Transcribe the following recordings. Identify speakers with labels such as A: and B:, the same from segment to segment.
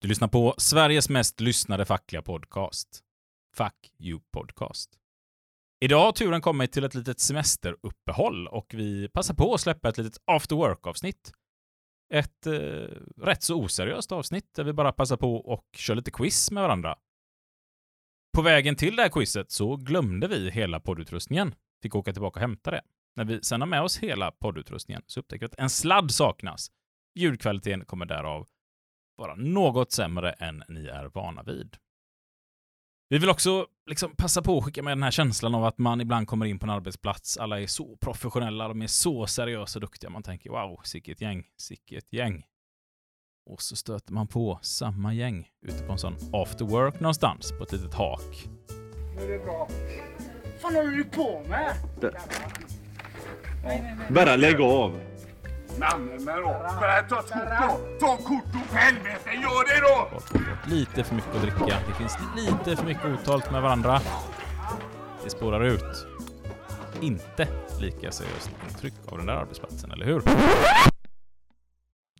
A: Du lyssnar på Sveriges mest lyssnade fackliga podcast. Fuck you podcast. Idag har turen kommit till ett litet semesteruppehåll och vi passar på att släppa ett litet after work-avsnitt. Ett eh, rätt så oseriöst avsnitt där vi bara passar på och kör lite quiz med varandra. På vägen till det här quizet så glömde vi hela poddutrustningen. Fick åka tillbaka och hämta det. När vi sen har med oss hela poddutrustningen så upptäcker vi att en sladd saknas. Ljudkvaliteten kommer därav vara något sämre än ni är vana vid. Vi vill också liksom passa på att skicka med den här känslan av att man ibland kommer in på en arbetsplats, alla är så professionella, de är så seriösa och duktiga, man tänker wow, sicket gäng, sicket gäng. Och så stöter man på samma gäng ute på en sån after work någonstans, på ett litet hak.
B: Nu är det bra. fan håller du på med?
C: Bara lägg av.
B: Namnen med då. Men här, ta kort då. Ta kort då för helvete. Gör det då.
A: Folk har fått lite för mycket att dricka, det finns lite för mycket otalt med varandra. Det spårar ut. Inte lika seriöst intryck av den där arbetsplatsen, eller hur?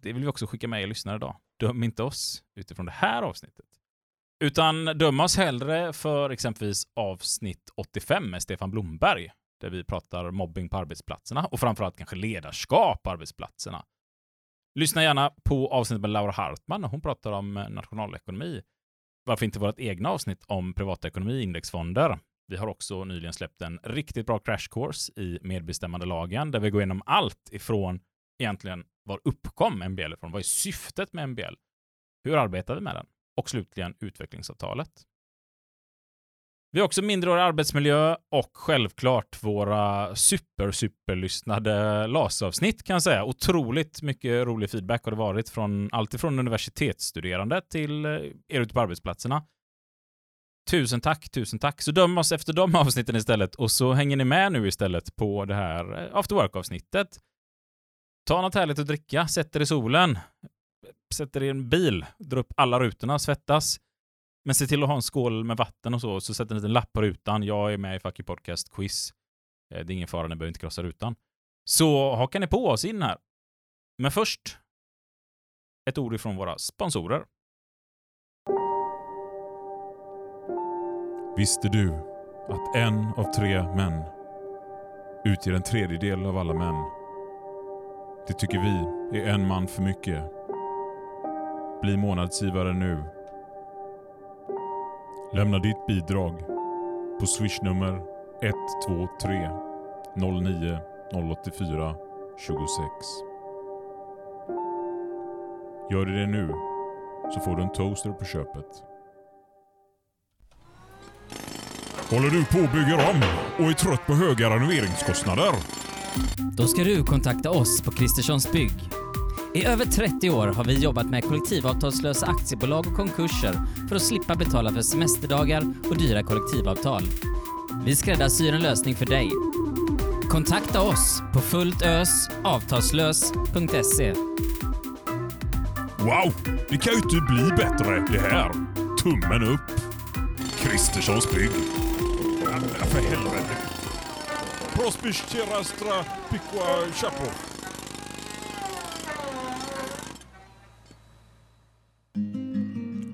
A: Det vill vi också skicka med er lyssnare idag. Döm inte oss utifrån det här avsnittet. Utan döm oss hellre för exempelvis avsnitt 85 med Stefan Blomberg, där vi pratar mobbing på arbetsplatserna och framförallt kanske ledarskap på arbetsplatserna. Lyssna gärna på avsnittet med Laura Hartman när hon pratar om eh, nationalekonomi. Varför inte vårt egna avsnitt om privatekonomi och indexfonder? Vi har också nyligen släppt en riktigt bra crash course i medbestämmandelagen där vi går igenom allt ifrån egentligen var uppkom MBL ifrån? Vad är syftet med MBL? Hur arbetar vi med den? Och slutligen utvecklingsavtalet. Vi har också mindreårig arbetsmiljö och självklart våra super, superlyssnade LAS-avsnitt kan jag säga. Otroligt mycket rolig feedback har det varit från allt ifrån universitetsstuderande till eh, er ute på arbetsplatserna. Tusen tack, tusen tack. Så döm oss efter de avsnitten istället och så hänger ni med nu istället på det här eh, after work-avsnittet. Ta något härligt att dricka, sätt er i solen, sätt er i en bil, dra upp alla rutorna, svettas. Men se till att ha en skål med vatten och så, så sätt en liten lapp på rutan. Jag är med i Fucky Podcast Quiz. Eh, Det är ingen fara, ni behöver inte krossa rutan. Så hakar ni på oss in här. Men först, ett ord ifrån våra sponsorer.
D: Visste du att en av tre män utgör en tredjedel av alla män? Det tycker vi är en man för mycket. Bli månadsgivare nu. Lämna ditt bidrag på swishnummer 123 09 084 26. Gör du det nu så får du en toaster på köpet. Håller du på att bygga om och är trött på höga renoveringskostnader?
E: Då ska du kontakta oss på Kristerssons Bygg. I över 30 år har vi jobbat med kollektivavtalslösa aktiebolag och konkurser för att slippa betala för semesterdagar och dyra kollektivavtal. Vi skräddarsyr en lösning för dig. Kontakta oss på fulltösavtalslös.se.
D: Wow, det kan ju inte bli bättre det här. Tummen upp. Kristerssons bygg. Ja, men för helvete. Prospis terastra piqua chapo.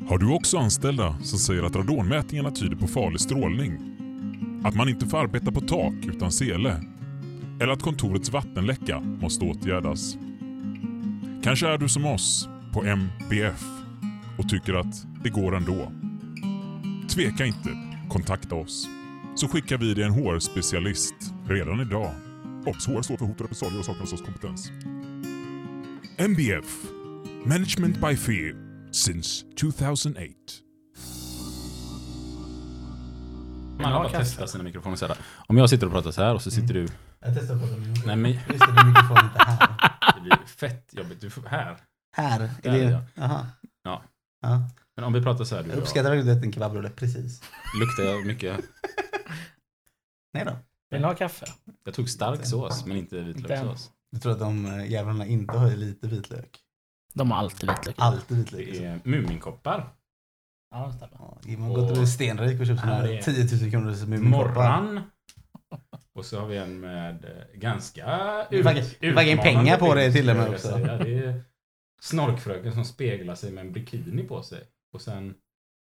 D: Har du också anställda som säger att radonmätningarna tyder på farlig strålning? Att man inte får arbeta på tak utan sele? Eller att kontorets vattenläcka måste åtgärdas? Kanske är du som oss på MBF och tycker att det går ändå. Tveka inte, kontakta oss. Så skickar vi dig en HR-specialist redan idag. Obs! HR står för hot och repressalier och saknar oss kompetens. MBF, Management by Fear, since 2008.
A: Man har bara testat sina mikrofoner så här. Om jag sitter och pratar så här och så sitter du...
F: Jag testar på den.
A: Nej men,
F: Just det, din mikrofon är inte här.
A: det blir fett jobbigt. Du får, här.
F: Här? Är
A: Där,
F: det,
A: ja.
F: Aha.
A: Ja.
F: Ja.
A: Men om vi pratar så här, du
F: Jag
A: och jag,
F: uppskattar att du ätit en kebabrulle precis.
A: luktar jag mycket.
F: Nej då.
G: Vill ni ha kaffe?
A: Jag tog stark sås, men inte vitlökssås.
F: Du tror att de eh, jävlarna inte har i lite vitlök?
G: De har alltid vitlök.
F: Alltid vitlök. liksom.
A: Det är Muminkoppar.
G: Ja, det stämmer.
F: Ja, man har gått till Stenrik och köpt såna
A: Ja, det
F: här
A: är-
F: 10 000 kronors muminkoppar.
A: Morran. Och så har vi en med eh, ganska...
F: Du får- du får in pengar på det till och med också.
A: utmanande, skulle jag säga. Det är snorkfröken som speglar sig med en bikini på sig. Och sen,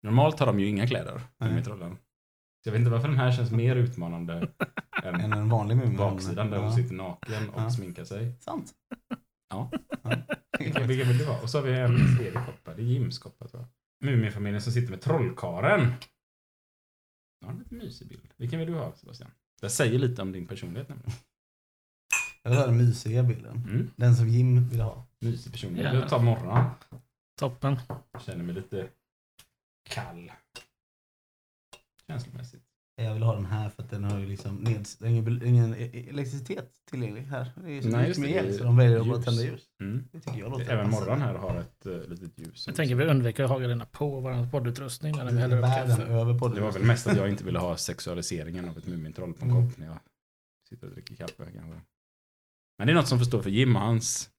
A: normalt har de ju inga kläder, de i
F: Nej.
A: trollen. Så jag vet inte varför den här känns mer utmanande
F: Än
A: än
F: en vanlig Mumin.
A: baksidan där hon
F: Ja,
A: sitter naken och
F: Ja.
A: sminkar sig.
F: Sant.
A: Ja. Vilken,
F: ja.
A: vilken vill det vara? Och så har vi en tredje koppa, det är Jims koppa tror jag. Muminfamiljen som sitter med trollkaren. Ja, en lite mysig bild. Vilken vill du ha Sebastian? Det säger lite om din personlighet nämligen.
F: Jag vill ha den mysiga bilden.
A: Mm.
F: Den som Jim vill ha.
A: Mysig personlighet.
H: Ja.
A: Jag tar morgon.
H: Toppen.
A: Känner mig lite kall. Känslomässigt.
F: Jag vill ha den här för att den har ju liksom neds... den har ingen, ingen elektricitet tillgänglig här. Det är ju så
A: Nej,
F: mycket
A: just det.
F: med
A: Det
F: el
A: är
F: så de väljer att bara
A: ljus.
F: tända ljus.
A: Mm.
F: Det tycker jag låter
A: Även
F: passande.
A: morgon här har ett uh, litet ljus.
H: Jag tänker vi undviker att ha grejerna på vår poddutrustning när vi häller upp
F: Bär den
H: kaffe.
F: över på
A: Det var väl mest att jag inte ville ha sexualiseringen av ett Mumintroll på en kopp när jag sitter och dricker kaffe kanske. Men det är något som förstår för Jim och hans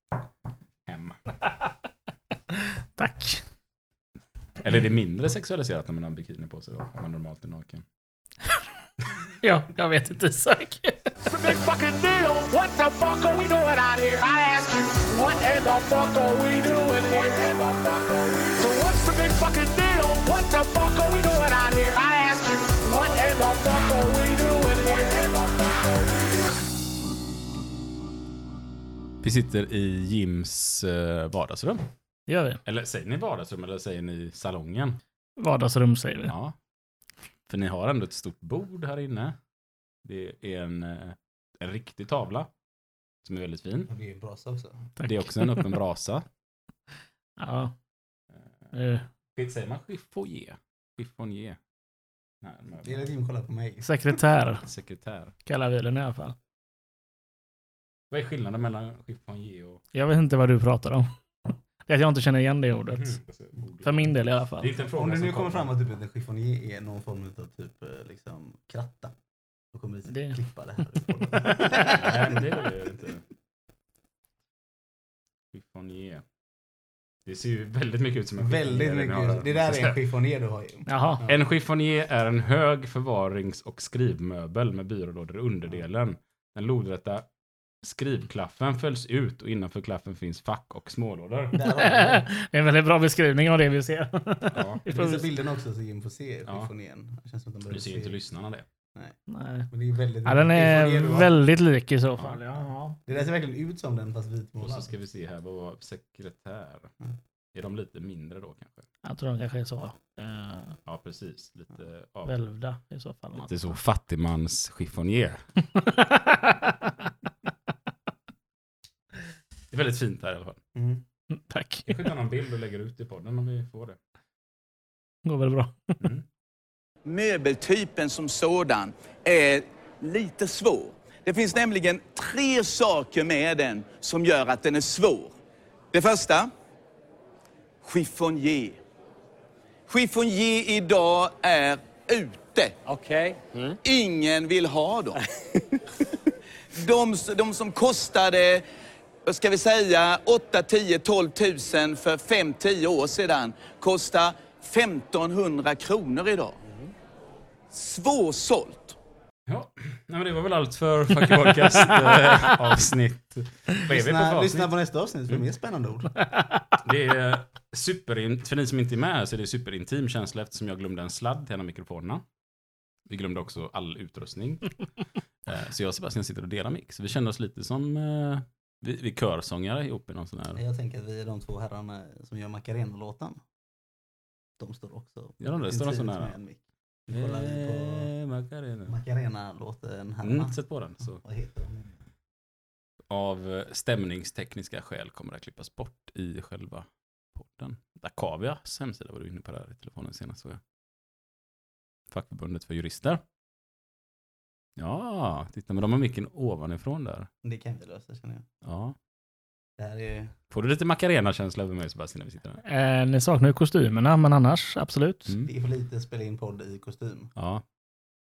A: hem.
H: Tack.
A: Eller är det mindre sexualiserat när man har en bikini på sig då? Om man normalt är naken.
H: Ja, jag vet inte Isak.
I: big fucking deal. What the fuck are we doing out here? I ask you, what in the fuck are we doing here? So what's the big fucking deal? What the fuck are we doing out here? I ask you, what in the fuck are we doing here?
A: Vi sitter i Jims eh, vardagsrum.
H: Det gör vi.
A: Eller säger ni vardagsrum eller säger ni salongen?
H: Vardagsrum säger vi.
A: Ja. För ni har ändå ett stort bord här inne. Det är en, eh, en riktig tavla. Som är väldigt fin.
F: Och det är en brasa också.
H: Tack.
A: Det är också en öppen brasa.
H: Ja. Eh,
A: Skit- Säger man chiffonier? Chiffonier. Nej, de
F: Det är
A: här-
F: att Jim kollar på mig.
H: sekretär
A: Sekretär.
H: kallar vi den i alla fall.
A: Vad är skillnaden mellan chiffonier och...
H: Jag vet inte vad du pratar om. Det är att jag inte känner igen det ordet. För min del i alla
A: Mm. Det är
H: fall.
A: inte en fråga
F: Om det
A: som
F: nu kommer fram att typ en chiffonier är någon form av typ eh, liksom kratta. Då kommer vi
H: Det-
F: det... klippa det här. ur podden.
A: Nej, men det är det inte. Chiffonier. Det ser ju väldigt mycket ut som en
F: Väldigt
A: chiffonier, den har- Alltså,
F: mycket. Det där är en chiffonier du har Jim.
H: Jaha.
A: En chiffonier är en hög förvarings och skrivmöbel med byrålådor i underdelen. Den lodrätta skrivklaffen följs ut och innanför klaffen finns fack och smålådor.
F: Där har du
H: Det är en väldigt bra beskrivning av det vi ser.
A: Ja,
H: Vi får
F: det. Visa
H: se.
F: bilden också så Jim får se
A: Ja.
F: chiffonieren. Det känns som att de
A: du
F: behöver
A: ser ju inte lyssnarna det.
H: Nej.
F: Men det är väldigt
H: Ja, den
F: chiffonier
H: är
F: du har.
H: väldigt lik i så fall. Ja, ja.
F: Det där ser verkligen ut som den fast
A: Och så
F: vitmålad.
A: ska vi se här, vad var sekretär?
F: Mm.
A: Är de lite mindre då kanske?
H: Jag tror de kanske är så. eh,
A: Ja, precis. Lite, av,
H: välvda i så fall.
A: lite så fattigmans chiffonier. Det är väldigt fint här i alla fall.
F: Mm.
H: Tack.
A: Jag skickar någon bild och lägger ut i podden om vi får det.
H: Går väl bra.
A: Mm.
B: möbeltypen som sådan är lite svår. Det finns nämligen tre saker med den som gör att den är svår. Det första, chiffonier. Chiffonier idag är ute. Mm.
C: Okej.
B: Ingen vill ha dem. De, s- de som kostade, vad ska vi säga, 8, 10, 12 000 för 5-10 år sedan kostar 1500 kronor idag. Svårsålt.
A: Ja, nej, men det var väl allt för Fucky Podcast eh, avsnitt. Vad är vi på för
F: Lyssna, lyssna
A: avsnitt? Mm.
F: på nästa avsnitt för det är mer spännande ord.
A: Det är eh, superin- för ni som inte är med här så är det superintim känsla eftersom jag glömde en sladd till en av mikrofonerna. Vi glömde också all utrustning. Eh, så jag och Sebastian sitter och delar mix. Vi känner oss lite som eh, vi, vi körsångare ihop i någon sån här.
F: Jag tänker att vi är de två herrarna som gör Macarena-låten. De står också
A: Ja, de där står
F: intimt
A: så nära.
F: med en mick. Nu kollar vi på
A: Eh, Macarena.
F: Macarena-låten herrarna.
A: Mm, sätt på den. Så.
F: Vad heter de?
A: Av eh, stämningstekniska skäl kommer det att klippas bort i själva podden. Dacavias hemsida var du inne på där i telefonen senast såg jag. Fackförbundet för jurister. Ja, titta men de har micken ovanifrån där.
F: Det kan vi lösa känner jag.
A: Ja.
F: Det här är ju...
A: Får du lite Macarena-känsla över mig Sebastian när vi sitter här?
H: Eh, ni saknar ju kostymerna, men annars absolut.
A: Mm.
F: Det är för lite att spela in podd i kostym.
A: Ja,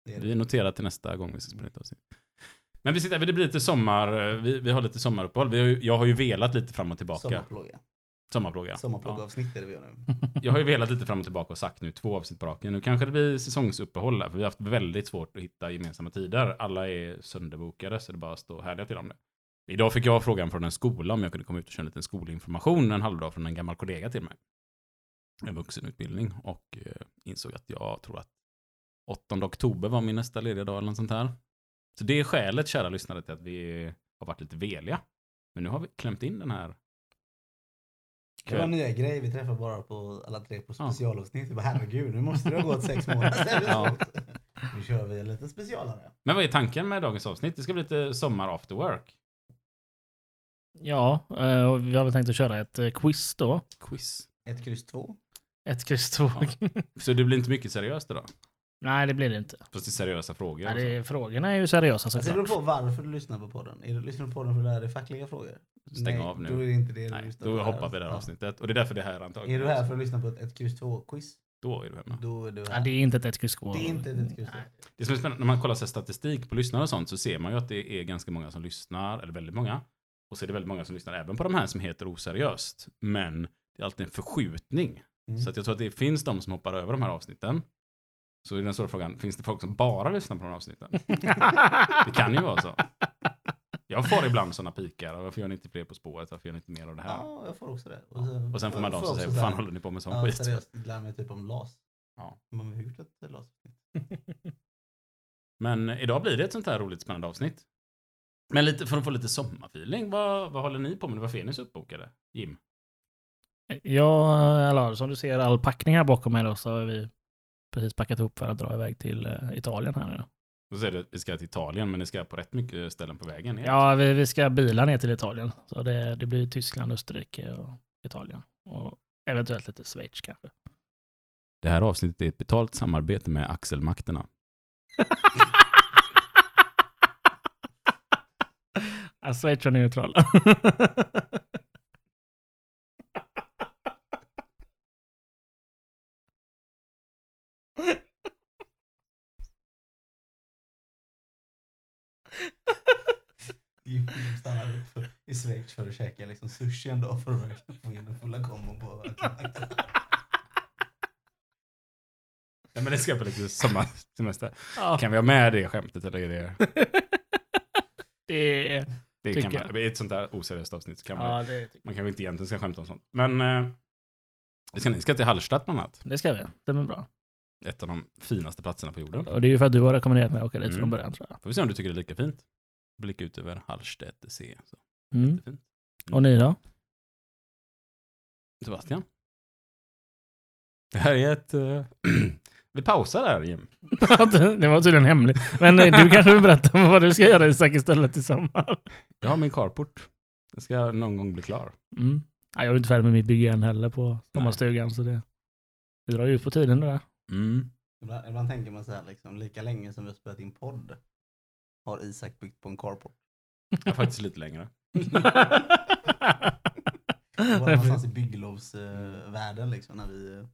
F: Det är det.
A: vi noterar till nästa gång vi ska spela ett avsnitt. Men vi sitter, det blir lite sommar, eh, vi, vi har lite sommaruppehåll. Vi har ju, jag har ju velat lite fram och tillbaka.
F: Sommarplåga.
A: Sommarplåga. Ja.
F: Sommarplågaavsnitt är det vi gör nu.
A: Jag har ju velat lite fram och tillbaka och sagt nu två avsnitt på raken. Nu kanske det blir säsongsuppehåll här, för vi har haft väldigt svårt att hitta gemensamma tider. Alla är sönderbokade, så det är bara att stå härliga till om det. Idag fick jag frågan från en skola om jag kunde komma ut och köra en liten skolinformation en halvdag från en gammal kollega till mig. En vuxenutbildning och eh, insåg att jag tror att 8 oktober var min nästa lediga dag eller något sånt här. Så det är skälet, kära lyssnare, till att vi har varit lite veliga. Men nu har vi klämt in den här.
F: Det var en nya grej, vi träffar bara på alla tre på specialavsnitt. Vi bara, herregud, nu måste det ha gått sex månader.
A: Ja.
F: Nu kör vi en liten specialare.
A: Men vad är tanken med dagens avsnitt? Det ska bli lite sommar after work.
H: Ja, eh, och vi har väl tänkt att köra ett eh, quiz då.
A: Quiz.
F: Ett kryss två.
H: Ett kryss två.
A: Så det blir inte mycket seriöst idag?
H: Nej, det blir det inte.
A: Fast det är seriösa frågor.
H: Nej, det, frågorna är ju seriösa
F: Alltså det beror
H: såklart.
F: på varför du lyssnar på podden. Är du lyssnar på podden för att lära dig fackliga frågor?
A: Stäng
F: Nej,
A: av nu.
F: Då är det inte det du
A: Nej,
F: lyssnar på.
A: då
F: här.
A: hoppar vi det här
F: Ja.
A: avsnittet. Och det är därför det är här antagligen.
F: Är du här för att lyssna på ett ett kryss två quiz?
A: Då är du hemma.
F: Då är du
H: Ja,
F: här.
H: det är inte ett ett kryss två.
F: Det är inte ett kryss två.
A: Det som är spännande, när man kollar så här statistik på lyssnare och sånt så ser man ju att det är ganska många som lyssnar, eller väldigt många. Och så är det väldigt många som lyssnar även på de här som heter oseriöst. Men det är alltid en förskjutning.
F: Mm.
A: Så att jag tror att det finns de som hoppar över de här avsnitten. Så är den stora frågan, finns det folk som bara lyssnar på de här avsnitten? det kan ju vara så. Jag får ibland sådana pikar. Varför gör ni inte fler På spåret? Varför gör ni inte mer av det här?
F: Ja, jag får också det. Och sen,
A: Och sen får man de som säger, vad fan håller ni på med sån
F: Ja,
A: skit?
F: seriöst, det lär mig typ om LAS.
A: Ja.
F: Man har gjort ett LAS.
A: Men idag blir det ett sånt här roligt spännande avsnitt. Men lite, för att få lite sommarfeeling, vad, vad håller ni på med? Varför är ni så uppbokade? Jim?
H: Ja, eller som du ser all packning här bakom mig då så har vi precis packat ihop för att dra iväg till eh, Italien här nu.
A: Då säger du att vi ska till Italien, men ni ska på rätt mycket ställen på vägen. ner.
H: Ja, vi, vi ska bila ner till Italien. Så det, det blir Tyskland, Österrike och Italien. Och eventuellt lite Schweiz kanske.
A: Det här avsnittet är ett betalt samarbete med Axelmakterna.
H: Ja, Alltså, Schweiz var neutrala.
F: De stannar upp för, i Schweiz för att käka liksom sushi en dag för att verkligen få in den fulla kombon på
A: Ja, men det ska på lite sommarsemester.
H: Ja,
A: Kan vi ha med det skämtet? Eller är det,
H: det är...
A: det
H: Tycker
A: kan man,
H: jag.
A: I ett sånt där oseriöst avsnitt så kan man,
H: Ja, det, typ-
A: man kanske inte egentligen ska skämta om sånt. Men eh, vi ska, ni ska till Hallstatt bland annat.
H: det ska vi. Det blir bra.
A: Ett av de finaste platserna på jorden.
H: Och det är ju för att du har rekommenderat mig att åka dit
A: Mm.
H: från början tror jag.
A: Får vi se om du tycker det är lika fint. Blicka ut över Hallstätt och se. Så.
H: Mm.
A: Jättefint.
H: Och ni då?
A: Sebastian? Det här är ett... eh, vi pausar där Jim.
H: det var tydligen hemligt. Men eh, du kanske vill berätta om vad du ska göra Isak istället i sommar?
A: Jag har min carport. Den ska någon gång bli klar.
H: Mm. Ja, jag är inte färdig med mitt bygge än heller på sommarstugan. Så det, det drar ju ut på tiden det där. Mm.
F: ibland, ibland tänker man så här liksom, lika länge som vi har spelat in podd har Isak byggt på en carport.
A: Jag är faktiskt lite längre.
F: Det var någonstans i bygglovsvärlden liksom när vi... eh,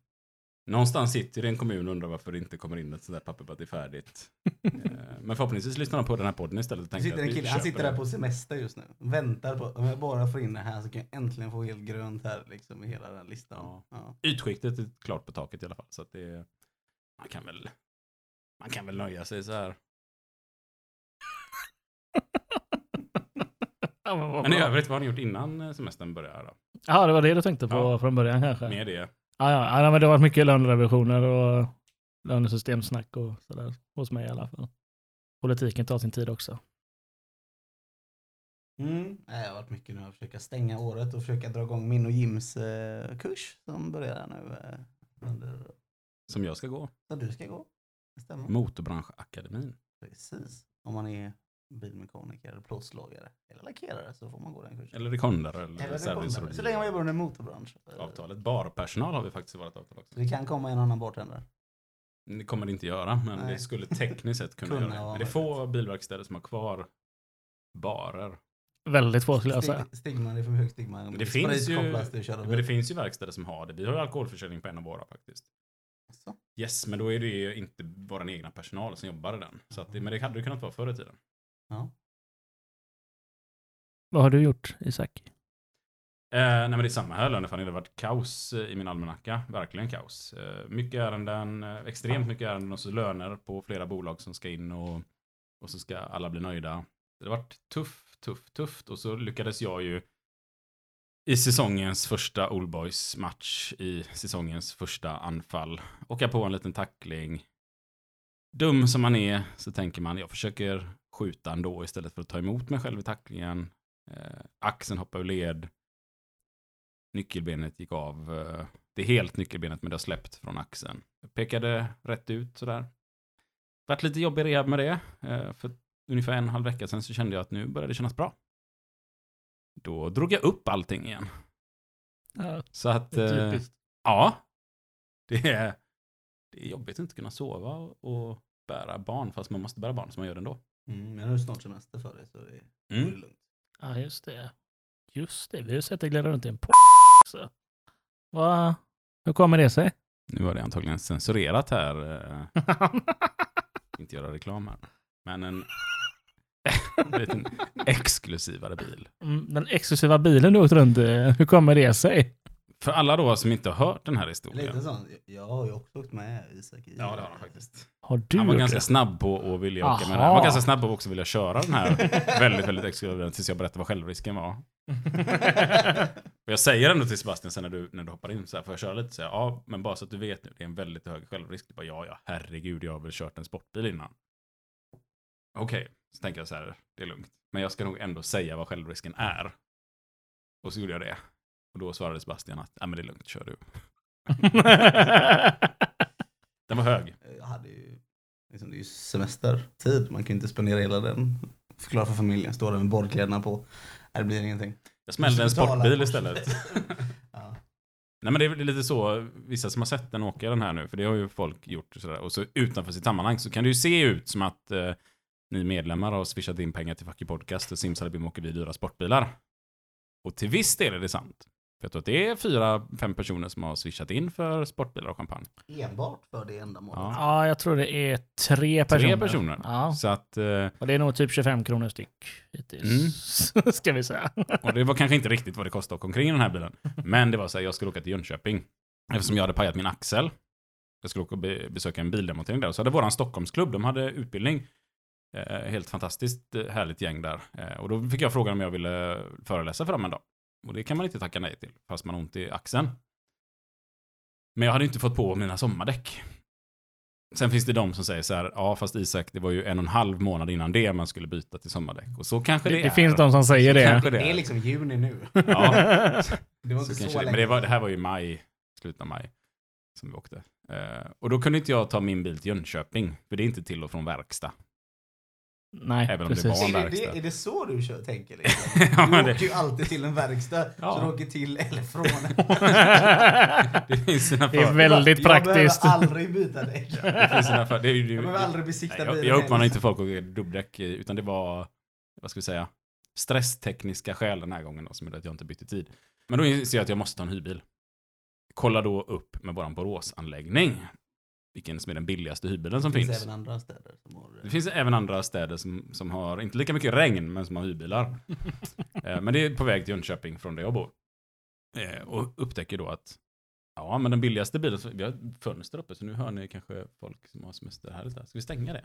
A: Någonstans sitter det en kommun och undrar varför det inte kommer in ett sånt där papper på att det är färdigt. Eh, Men förhoppningsvis lyssnar de på den här podden istället och tänker
F: Det sitter en
A: att vi
F: kille, han
A: köper
F: sitter
A: det.
F: där på semester just nu. Väntar på, om jag bara får in det här så kan jag äntligen få helt grönt här liksom i hela den här listan.
A: Ja.
F: Ja.
A: Ytskiktet är klart på taket i alla fall. Så att det, man, kan väl, man kan väl nöja sig så här.
H: Ja, men vad
A: Men i
H: bra.
A: övrigt, vad har ni gjort innan eh, semestern börjar? Då?
H: Ja, det var det du tänkte på
A: Ja.
H: från början kanske.
A: Med det.
H: Ja, ja. ja nej, men det har varit mycket lönerevisioner och lönesystemsnack och sådär hos mig i alla fall. Politiken tar sin tid också.
F: Mm. Nej, Jag har varit mycket nu att försöka stänga året och försöka dra igång min och Jims eh, kurs som börjar nu. Eh, under,
A: Som jag ska gå.
F: där du ska gå. Det
A: Mm.
F: stämmer.
A: Motorbranschakademin.
F: Precis. Om man är bilmekaniker, plåtslagare eller lackerare så får man gå den kursen.
A: Eller rekondare eller,
F: Eller rekondare.
A: servicerådgivare.
F: Så länge man jobbar under motorbransch. Eh,
A: Avtalet. Barpersonal har vi faktiskt i vårt avtal också.
F: Så det kan komma en annan bartender.
A: Det kommer det inte göra, men
F: Nej.
A: det skulle tekniskt sett kunna,
F: Kunna
A: göra det.
F: vara
A: Men det är få bilverkstäder som har kvar barer.
H: Väldigt få skulle jag säga.
F: Stig, stigma, det är för högt stigma.
A: det finns ju-
F: kopplas till att köra
A: Men det
F: bil.
A: finns ju verkstäder som har det. Vi har ju alkoholförsäljning på en av våra faktiskt.
F: Så.
A: Yes, men då är det ju inte vår egna personal som jobbar i den. Så att det, men det hade det kunnat vara förr i tiden.
F: Ja.
H: Vad har du gjort Isak?
A: Eh, nej men det är samma här löneförhandling. Det har varit kaos eh, i min almanacka. Verkligen kaos. Eh, mycket ärenden, eh, extremt mycket ärenden och så löner på flera bolag som ska in och, och så ska alla bli nöjda. Det har varit tuff, tufft, tufft, tufft. Och så lyckades jag ju i säsongens första Old Boys match, i säsongens första anfall, åka på en liten tackling. Dum som man är så tänker man, jag försöker skjuta ändå istället för att ta emot mig själv i tacklingen. Eh, axeln hoppar ur led. Nyckelbenet gick av. Eh, det är helt nyckelbenet men det har släppt från axeln. Jag pekade rätt ut sådär. Vart lite jobbig rehab med det. Eh, för ungefär en halv vecka sedan så kände jag att nu började det kännas bra. Då drog jag upp allting igen.
H: Ja,
A: Så att...
H: det är
A: Eh,
H: typiskt.
A: ja. Det är, det är jobbigt att inte kunna sova och bära barn. Fast man måste bära barn så man gör det ändå.
F: Mm, men nu är det snart semester för dig så det är då är det
A: Mm.
F: lugnt.
H: Ja, just det. Just det, vi har ju sett dig glida runt i en p... också. Va? Hur kommer det sig?
A: Nu var det antagligen censurerat här. Eh, inte göra reklam här. Men en liten exklusivare bil.
H: Mm, Den exklusiva bilen du åkt runt i, hur kommer det sig?
A: För alla då som inte har hört den här
F: Lite
A: historien.
F: sånt. Jag har ju också åkt med Isak i.
A: Ja, det har han faktiskt.
H: Har du
A: Han var
H: gjort
A: ganska
H: det?
A: snabb på att vilja åka med den.
H: Aha.
A: Han var ganska snabb på att också vilja köra den här väldigt, väldigt exklusiva bilen tills jag berättade vad självrisken var. Och jag säger ändå till Sebastian sen när du, när du hoppar in så här, får jag köra lite? Så här, ja, men bara så att du vet nu, det är en väldigt hög självrisk. Jag bara, ja, ja, herregud, jag har väl kört en sportbil innan. Okej, så tänker jag så här, det är lugnt. Men jag ska nog ändå säga vad självrisken är. Och så gjorde jag det. Och då svarade Sebastian att, ja men det är lugnt, kör du. Den var hög.
F: Eh, Jag hade ju, liksom, det är ju semestertid, man kan ju inte spendera hela den. Förklara för familjen, stå där med borrkläderna på. Nej, det blir ingenting.
A: Jag smällde en
F: Måste betala
A: sportbil
F: på-
A: istället.
F: ja.
A: Nej men det är väl lite så, vissa som har sett den åka den här nu, för det har ju folk gjort och sådär. Och så utanför sitt sammanhang så kan det ju se ut som att eh, ni medlemmar har swishat in pengar till Fucky Podcast och simsalabim åker vi dyra sportbilar. Och till viss del är det sant. För jag tror att det är fyra, fem personer som har swishat in för sportbilar och champagne.
F: Enbart för det ändamålet.
A: Ja.
H: Ja, jag tror det är tre personer.
A: personer.
H: Ja,
A: Så att, eh,
H: och det är nog typ 25 kronor styck hittills.
A: Mm.
H: Ska vi säga.
A: och det var kanske inte riktigt vad det kostade att åka omkring i den här bilen. Men det var så här, jag skulle åka till Jönköping. Eftersom jag hade pajat min axel. Jag skulle åka och be- besöka en bildemontering där. Och så hade våran Stockholmsklubb, de hade utbildning. Eh, helt fantastiskt eh, härligt gäng där. Eh, och då fick jag frågan om jag ville föreläsa för dem en dag. Och det kan man inte tacka nej till, fast man har ont i axeln. Men jag hade inte fått på mina sommardäck. Sen finns det de som säger så här, ja fast Isak, det var ju en och en halv månad innan det man skulle byta till sommardäck. Och så kanske
H: Det,
A: det,
H: det,
A: är.
H: finns de som säger det.
A: Kanske det
F: Det är
A: är.
F: liksom juni nu.
A: Ja.
F: Det var
A: Så
F: inte så,
A: kanske det.
F: länge
A: Men det, var, det här var ju maj, slutet av maj, som vi åkte. Eh, och då kunde inte jag ta min bil till Jönköping, för det är inte till och från verkstad.
H: Nej,
A: Även om det
H: precis.
A: var-
F: är, det,
A: verkstad.
F: det, är det så du kör, tänker? Liksom?
A: Ja,
F: Du
A: men
F: åker
A: det,
F: ju alltid till en verkstad,
A: Ja.
F: så du åker till eller från.
A: det finns sina
H: det är
A: fördelar.
H: väldigt praktiskt.
F: Jag behöver aldrig byta däck.
A: Det finns sina för, det är ju,
F: Jag behöver aldrig
A: nej,
F: besikta
A: jag, jag uppmanar inte folk att åka dubbdäck, eh, utan det var, vad ska vi säga, stresstekniska skäl den här gången då, som gjorde att jag inte bytte tid. Men då inser jag att jag måste ta en hyrbil. Kolla då upp med våran Boråsanläggning, vilken som är den billigaste hyrbilen som
F: Det finns
A: finns.
F: även andra städer som har... eh,
A: Det finns även andra städer som, som har, inte lika mycket regn, men som har hyrbilar. Eh, men det är på väg till Jönköping från där jag bor. Eh, Och upptäcker då att, ja men den billigaste bilen, vi har ett fönster uppe så nu hör ni kanske folk som har semester här lite. Ska vi stänga det?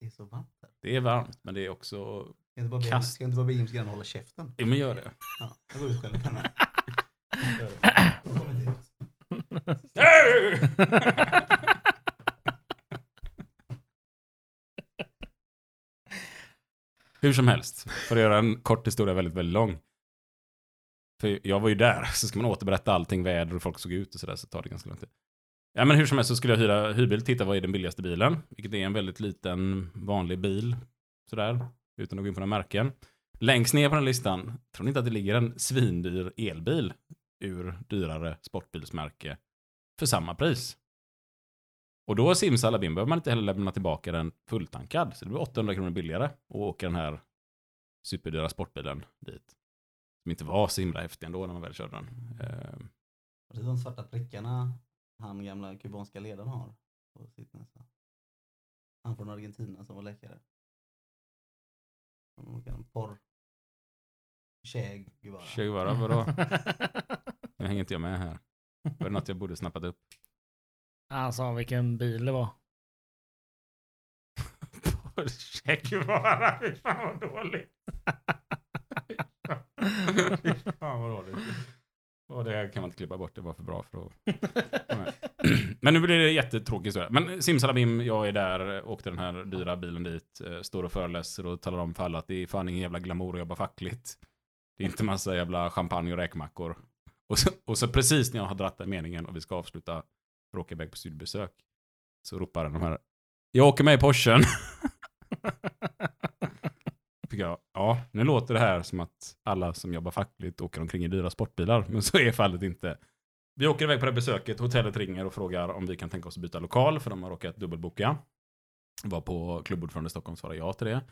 F: Det är så varmt där.
A: Det är varmt, men det är också,
F: Ska inte bara be-
A: Kast.
F: Ska inte bara be Jims granne hålla käften?
A: jo men gör det.
F: Ja, jag går ut själv. Jag kommer inte ut.
A: Hur som helst, för att göra en kort historia väldigt, väldigt lång. För jag var ju där, så ska man återberätta allting, väder och hur folk såg ut och sådär, så tar det ganska lång tid. Ja men hur som helst så skulle jag hyra hyrbil, titta vad är den billigaste bilen, vilket är en väldigt liten vanlig bil, sådär, utan att gå in på några märken. Längst ner på den listan, tror ni inte att det ligger en svindyr elbil ur dyrare sportbilsmärke för samma pris? Och då simsalabim behöver man inte heller lämna tillbaka den fulltankad. Så det blir 800 kronor billigare att åka den här superdyra sportbilen dit. Som inte var så himla häftig ändå när man väl körde den. Eh,
F: Och Det är de svarta prickarna han gamla kubanska ledaren har på sitt näsa. Han från Argentina som var läkare. Han åker en porr. Che Guevara.
A: Che Guevara, vadå? Nu hänger inte jag med här. Var det något jag borde snappat upp?
H: Ah, alltså, Han sa vilken bil det var.
A: Check bara. Fy fan vad dåligt. Fy fan vad dåligt. Och det här kan man inte klippa bort. Det var för bra för att... Nej. Men nu blir det jättetråkigt. sådär. Men simsalabim, jag är där, åkte den här dyra bilen dit, eh, står och föreläser och talar om för alla att det är fan ingen jävla glamour att jobba fackligt. Det är inte massa jävla champagne och räkmackor. Och så, och så precis när jag har dratt den meningen och vi ska avsluta, för att åka iväg på studiebesök, så ropar de här, jag åker med i Porschen. Fick jag, ja, nu låter det här som att alla som jobbar fackligt åker omkring i dyra sportbilar, men så är fallet inte. Vi åker iväg på det här besöket, hotellet ringer och frågar om vi kan tänka oss att byta lokal, för de har råkat dubbelboka. Var på klubbordförande i Stockholm svarade ja till det.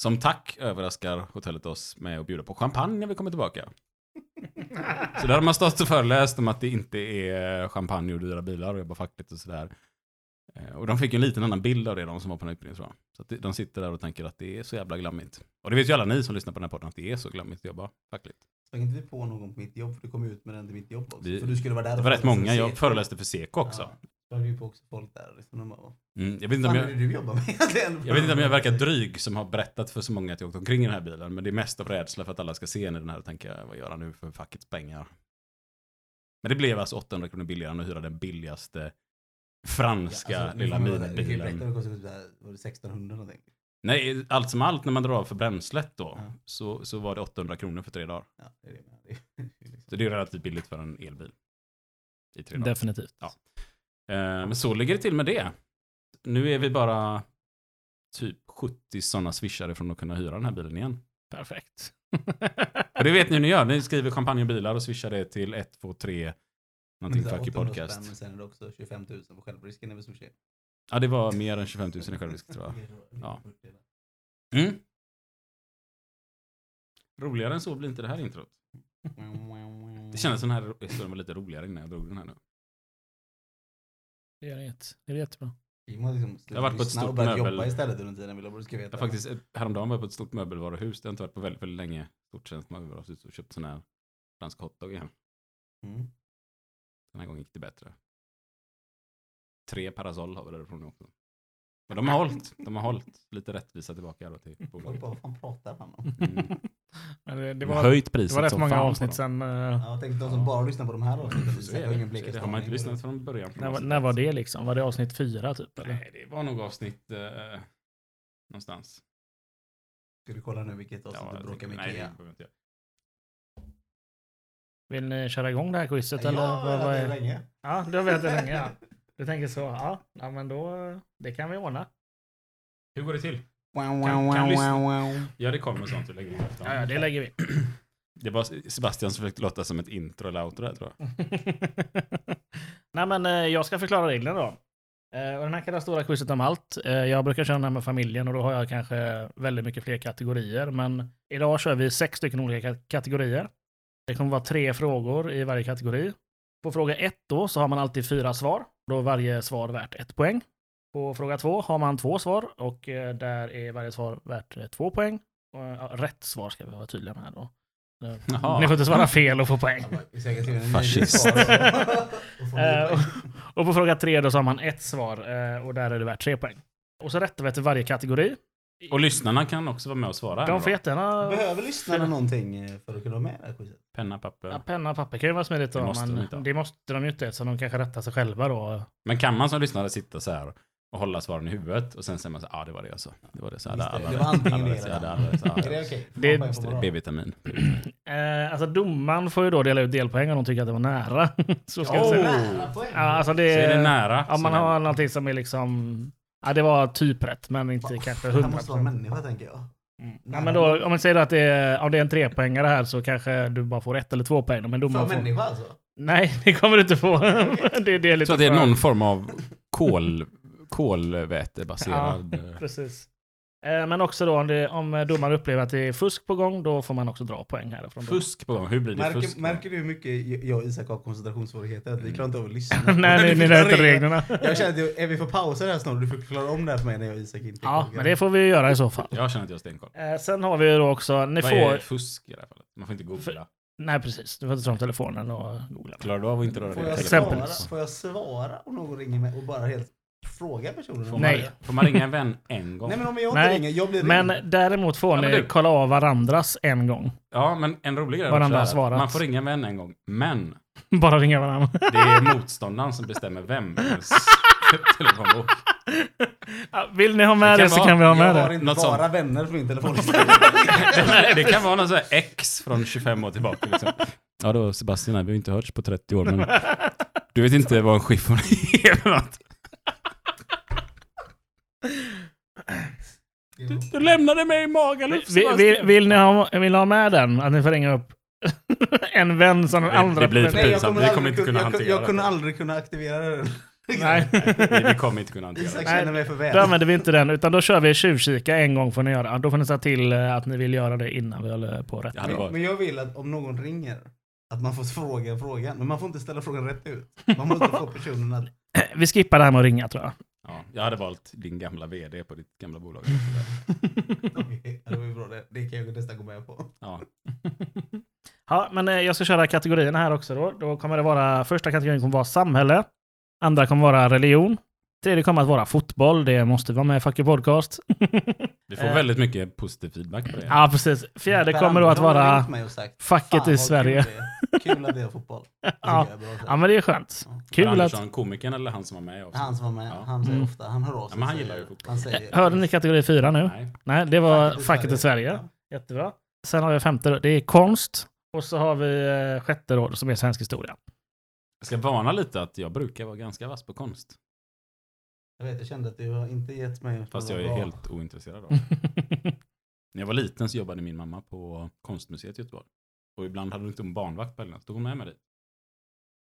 A: Som tack överraskar hotellet oss med att bjuda på champagne när vi kommer tillbaka. Så där har man stått och föreläst om att det inte är champagne och dyra bilar och jobbar fackligt och sådär. Eh, Och de fick ju en liten annan bild av det, de som var på den här utbildningen. tror jag. Så att det- de sitter där och tänker att det är så jävla glammigt. Och det vet ju alla ni som lyssnar på den här podden att det är så glammigt att jobba fackligt.
F: Sprang inte vi på någon på mitt jobb? För du kom ut med den till mitt jobb också.
A: Vi-
F: för du skulle vara där
A: Det
F: och
A: var rätt
F: föreläsa
A: många,
F: för
A: jag
F: CK.
A: föreläste för Seko också.
F: Ja, sprang ju på också folk där. Liksom, de bara, vad
A: Mm, jag vet inte om
F: fan är det
A: jag...
F: du jobbar med egentligen? Alltså,
A: Jag vet inte om jag verkar dryg som har berättat för så många att jag åkt omkring i den här bilen. Men det är mest av rädsla för att alla ska se en i den här och tänka vad gör han nu för fackets pengar. Men det blev alltså 800 kronor billigare än att hyra den billigaste
F: alltså,
A: franska lilla minibilen.
F: Det kostade typ så här, var det 1600 någonting.
A: Nej, allt som allt när man drar av för bränslet då
F: Ja.
A: så, så var det 800 kronor för tre dagar.
F: Ja, det är det. med. Det är- det är liksom-
A: Så det är relativt billigt för en elbil. I tre dagar.
H: Definitivt.
A: Ja. Eh, men så ligger det till med det. Nu är vi bara typ 70 sådana swishare från att kunna hyra den här bilen igen.
H: Perfekt.
A: Och det vet ni hur ni gör. Ni skriver champagnebilar och swishar det till 123 någonting
F: Så här,
A: fuck you
F: 800 spänn,
A: podcast.
F: Men sen är det också 25 000 på självrisken när vi swishar.
A: Ja, det var mer än 25 000 i självrisk tror jag. Ja. Mm. Roligare än så blir inte det här introt. Det kändes som den här historien var lite roligare innan jag drog den här nu.
H: Det gör inget. Det är jättebra.
F: Vi måste liksom
A: Jag har varit på ett
F: lyssna och
A: stort
F: börjat
A: möbel-
F: jobba istället under tiden, vill jag bara du ska veta.
A: Jag faktiskt, ett- häromdagen var jag på ett stort möbelvaruhus. Det har inte varit på väldigt, väldigt länge. Stort svenskt möbelvaruhus. Ut och köpt sån här fransk hotdog igen.
F: Mm.
A: Den här gången gick det bättre. Tre parasoll har vi därifrån också. Men de har hållit. De har hållit. Lite rättvisa tillbaka då till
F: Folk
A: bolaget.
F: bara, vad fan pratar han om?
A: Mm.
H: Men det, det,
A: De
H: var,
A: har
H: det
A: höjt priset
H: var rätt
A: som
H: många
A: fan på
H: avsnitt
A: dem.
H: sen. eh,
F: Ja, tänk de som bara lyssnar på de här avsnitten.
A: Så
F: så
A: är
F: har ingen
A: det. Så är
F: blekaste
A: det. Har man inte
F: aning.
A: lyssnat från början? från
H: När,
A: avsnittet?
H: när var det liksom? Var det avsnitt fyra typ? Eller?
A: Nej, det var nog avsnitt eh, någonstans.
F: Ska du kolla nu vilket avsnitt
A: jag
F: du bråkar
A: tänker-
F: med
A: Nej, det
F: Ikea?
A: behöver jag inte göra.
H: Vill ni köra igång det här quizet? eller
F: Ja,
H: vad, vad
F: det
H: är...
F: är länge.
H: Ja, du har velat det länge. Ja. Du tänker så. Ja, ja, men då. eh, Det kan vi ordna.
A: Hur går det till?
F: Wow,
A: Kan-
F: wow,
A: kan
F: wow,
A: lyssna.
F: wow, wow.
A: Ja, det kommer sånt vi lägger in. efter.
H: Ja, ja, det lägger vi.
A: Det var Sebastian som försökte låta som ett intro eller outro där, tror jag.
H: Nej, men eh, jag ska förklara reglerna då. Eh, Och den här kan vara stora quizet om allt. Eh, Jag brukar köra den här med familjen och då har jag kanske väldigt mycket fler kategorier. Men idag kör vi sex stycken olika ka- kategorier. Det kommer vara tre frågor i varje kategori. På fråga ett då så har man alltid fyra svar. Då är varje svar värt ett poäng. På fråga två har man två svar och eh, där är varje svar värt eh, två poäng. Och, eh, ja, Rätt svar ska vi vara tydliga med här då. Eh,
A: Jaha.
H: Ni får inte svara fel och få poäng.
F: Vi säkert skriver en ny
A: Fascist.
F: svar och- och får
H: Eh,
F: vi-
H: och- och på fråga tre då så har man ett svar eh, och där är det värt tre poäng. Och så rättar vi efter varje kategori.
A: Och lyssnarna kan också vara med och svara. här
H: De
A: nu
H: får
A: då.
H: jättegärna...
F: Behöver lyssnarna någonting eh, för att kunna vara med i det här quizet?
A: Penna, papper.
H: Ja, penna och papper kan ju vara smidigt.
A: Det
H: Då,
A: måste
H: men
A: de inte ha.
H: det måste de ju inte eftersom de kanske rättar sig själva då.
A: Men kan man som lyssnare sitta så här och hålla svaren i huvudet och sen säger man så här, ja ah, det var det jag sa. Det var det så hade
F: Visst, det-
A: alla
F: det var
A: rätt.
F: antingen
A: Alla
F: det
A: rätt,
F: eller
A: jag hade
F: det.
A: alla rätt, så
F: Är
A: alla
F: det
A: rätt.
F: okej?
H: Det-
F: Hoppa in på
A: Visst, det är
F: morgonen.
A: B-vitamin.
H: Eh, alltså domaren får ju då dela ut delpoäng om de tycker att det var nära. så ska vi
A: Oh!
H: säga.
F: Nära poäng.
H: Ja, alltså
A: Så
H: det,
A: är det nära.
H: Ja,
A: så
H: man
A: är det-
H: har någonting som är liksom... Ja, det var typ rätt, men inte kanske
F: Han
H: hundra Mm.
F: måste vara människa tänker jag.
H: Ja, men då, om man säger att det är, om det är en trepoängare här så kanske du bara får ett eller två poäng. Men
F: För
H: domaren får...
F: människa alltså?
H: Nej, det kommer du inte få. det, det är lite
A: Så att det är
H: för-
A: någon form av kol, kolvätebaserad... eh,
H: Precis. Eh, Men också då om, det, om eh, domaren upplever att det är fusk på gång, då får man också dra poäng härifrån. då.
A: Fusk på gång. Hur blir det fusk? Mm. då?
F: Märker, märker du hur mycket jag och Isak har koncentrationssvårigheter? Att vi klarar inte av att lyssna.
H: Nej, ni, ni lär inte reglerna.
F: Jag känner att jag- är vi får pausa det här snart? Du får förklara om det här för mig när jag och Isak inte
H: Ja,
F: kollar.
H: men det får vi ju göra i så fall.
A: Jag känner att jag har stenkoll.
H: Eh, Sen har vi ju då också, ni
A: Vad
H: får...
A: är fusk i det här fallet? Man får inte googla.
H: Nej, precis. Du får inte ta fram telefonen och googla.
A: Klarar du av att inte röra
F: Får
A: dig?
F: jag,
H: Exempel.
F: svara, får jag svara om någon ringer mig och bara helt fråga personen
A: Får
F: om
A: man,
H: Nej.
F: det.
A: Får man ringa en vän en gång?
F: Nej men om jag inte
H: Nej,
F: ringer, jag blir ringd.
H: Men däremot får
A: Ja,
H: ni
A: men du-
H: kolla av varandras en gång.
A: Ja, men en rolig grej
H: Varandra
A: också är
H: svarat.
A: att man får ringa en vän en gång, men
H: Bara ringa varandra.
A: det är motståndaren som bestämmer vem. ens telefonbok.
H: Ja, Vill ni ha med
A: Det
H: det,
A: kan
H: så
A: vara-
H: kan vi ha med
F: Jag har
H: det.
F: inte
A: Något
F: bara
A: sånt.
F: vänner på min telefon.
A: Det kan vara någon sån här ex från 25 år tillbaka. Liksom. Ja då Sebastian, här, vi har inte hörts på 30 år, men du vet inte vad en chiffon är för något. Du, du lämnade mig i Magaluf
H: Vill, vill, vill ni ha, vill ni ha med den? Att ni får ringa upp en vän som den
A: Det-
H: andra...
A: det blir
H: personen-
A: för- Pinsamt, vi kommer inte kunna
F: jag,
A: hantera
F: Jag
A: det.
F: kunde aldrig kunna aktivera den.
H: Nej,
A: Nej, Vi kommer inte kunna hantera
F: Isak
A: det.
F: känner mig för väl.
H: då använder vi inte den. Utan då kör vi tjuvkika en gång får ni göra. Då får ni säga till eh, att ni vill göra det innan vi håller på rätt.
A: Det hade
F: Men
A: varit.
F: jag vill att om någon ringer, att man får fråga frågan. Men man får inte ställa frågan rätt ut. Man måste få personen att...
H: Eh, Vi skippar det här med att ringa tror jag.
A: Ja, jag hade valt din gamla vd på ditt gamla bolag.
F: Okej, det var ju bra det. Det kan jag nästan gå med på.
A: Ja.
H: Ja, men eh, jag ska köra kategorierna här också då. Då kommer det vara, första kategorin kommer vara samhälle. Andra kommer vara religion. Tredje kommer att vara fotboll. Det måste vara med i Fuck Your Podcast.
A: Vi får väldigt mycket positiv feedback på det.
H: Eh. Ja, precis. Fjärde
F: Per
H: kommer då att
F: Andersson har
H: vara...
F: ringt mig och sagt,
H: facket
F: "Fan,
H: i
F: vad
H: Sverige."
F: Kul, det är. kul att vi har fotboll. Det tycker
H: Ja.
F: jag är bra
H: Ja,
F: sagt.
H: men det är skönt.
A: Kul
H: Kul att...
A: Andersson, komikern eller han som var med i avsnittet?
F: Han som var med,
A: Ja.
F: han säger ofta, han hör av sig.
A: Ja, men han
F: och
A: gillar
F: säger-
A: ju fotboll.
F: Han säger,
H: Mm. Eh, Hörde ni kategori fyra nu?
A: Nej.
H: Nej, det var
F: Facket i
H: Facket i
F: Sverige.
H: Sverige. Jättebra. Sen har vi femte då. Det är konst. Och så har vi eh, sjätte då, som är svensk historia.
A: Jag ska varna lite att jag brukar vara ganska vass på konst.
F: jag vet, jag kände att du har inte gett mig...
A: Fast jag är helt ointresserad av det. När jag var liten så jobbade min mamma på konstmuseet i Göteborg. Och ibland hade hon inte en barnvakt på helgerna, så tog hon med mig dit.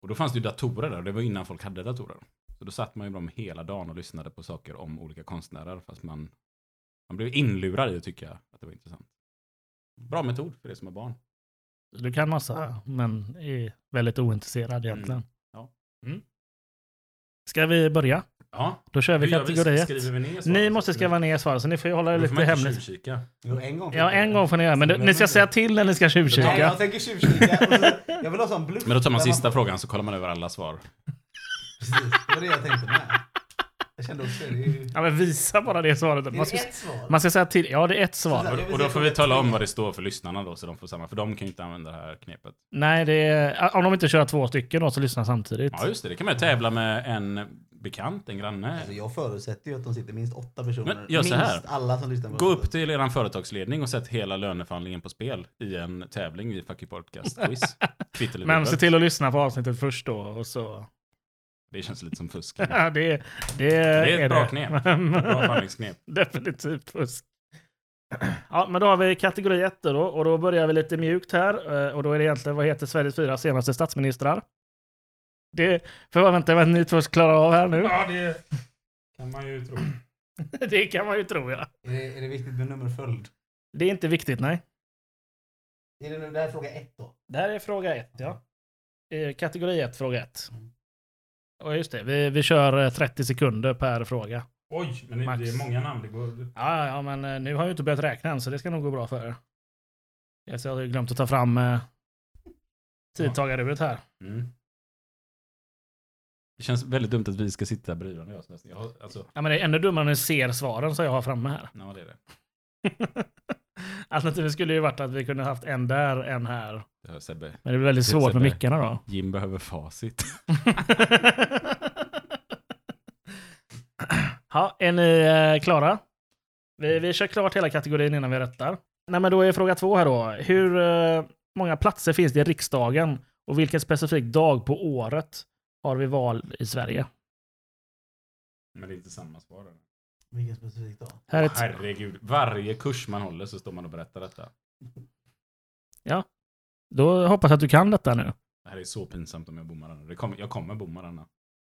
A: Och då fanns det ju datorer där, och det var innan folk hade datorer. Så då satt man ju med dem hela dagen och lyssnade på saker om olika konstnärer, fast man, man blev inlurad i att tycka att det var intressant. Bra metod för det som är barn.
H: Du kan massa, men är väldigt ointresserad egentligen.
A: Ja.
H: Mm. Ska vi börja?
A: Ja,
H: Då kör vi
A: hur gör vi?
H: kategori ett.
A: Skriver vi ner svaren?
H: Ni måste skriva ner svaren, så ni får ju hålla det
A: Då får man
H: lite
A: inte
H: hemligt.
A: tjuvkika.
F: Jo, en gång.
H: Ja, en gång får ni göra, men du, ni ska säga till när ni ska
F: Nej,
H: tjuvkika.
F: jag tänker tjuvkika. och så- Jag vill ha sån bluff.
A: Men då tar man
F: där
A: sista frågan så kollar man över alla svar.
F: Precis, det var det jag tänkte med. Jag kände också det. är ju-
H: Ja, men visa bara det svaret.
F: Det
H: Man ska,
F: är ett svar.
H: man ska säga till. Ja, det är ett svar.
F: Jag vill
A: Och då
F: se
A: får vi
F: på
A: tala om
F: ett-
A: vad det står för lyssnarna då, så de får samma. För de kan ju inte använda det här knepet.
H: Nej, det är, om de inte kör två stycken då, så lyssnar samtidigt.
A: Ja, just det. Det kan man ju tävla med en bekant, en granne.
F: Alltså, jag förutsätter ju att de sitter minst åtta personer.
A: Men gör så här.
F: Minst alla som lyssnar på
A: Gå upp till er företagsledning och sätt hela löneförhandlingen på spel i en tävling i Fucky Podcast Quiz. Kvitt eller
H: Men
A: dubbelt.
H: se till att lyssna på avsnittet först då. Och så.
A: Det känns lite som fusk. Det
H: Ja, det, det,
A: är
H: är
A: ett bra
H: det.
A: knep. Ett Bra förhandlingsknep.
H: Definitivt fusk. Ja, men då har vi kategori 1 då och då börjar vi lite mjukt här eh, och då är det egentligen vad heter Sveriges fyra senaste statsministrar? Det förväntar jag att ni två ska klara av här nu.
A: Ja, det kan man ju tro.
H: Det kan man ju tro ja.
F: Är det, är det viktigt med nummerföljd?
H: Det är inte viktigt nej.
F: Är det, nu- det här är fråga ett då?
H: Det här är fråga 1 ja. Eh, Kategori 1, fråga 1. Och just det, vi, vi kör eh, 30 sekunder per fråga.
A: Oj, men det,
H: Max.
A: det är många namn. Det går...
H: Ja, ja, ja, men eh, nu har jag ju inte börjat räkna än, så det ska nog gå bra för er. Jag ser att jag har glömt att ta fram eh, tidtagaruret här.
A: Mm. Det känns väldigt dumt att vi ska sitta bredvid varandra. jag som nästan- Jag har, alltså,
H: Ja, men det är ännu dummare när ni ser svaren som jag har framme här.
A: ja, det är det.
H: Alternativet skulle ju varit att vi kunde haft en där, en här.
A: Det hör Sebbe.
H: Men det blir väldigt
A: Det är
H: svårt med
A: Sebbe.
H: mickarna då.
A: Jim behöver facit.
H: ja, är ni eh, klara? Vi, vi kör klart hela kategorin innan vi rättar. Nej, men då är fråga två här då. Hur eh, många platser finns det i riksdagen och vilken specifik dag på året har vi val i Sverige?
A: Men det är inte samma svar. Eller?
F: Vilken specifik dag?
H: Här är ett,
A: Herregud, varje kurs man håller så står man och berättar detta.
H: då hoppas jag att du kan detta nu.
A: Det här är så pinsamt om jag bommar denna. Det kommer, jag kommer bomma denna.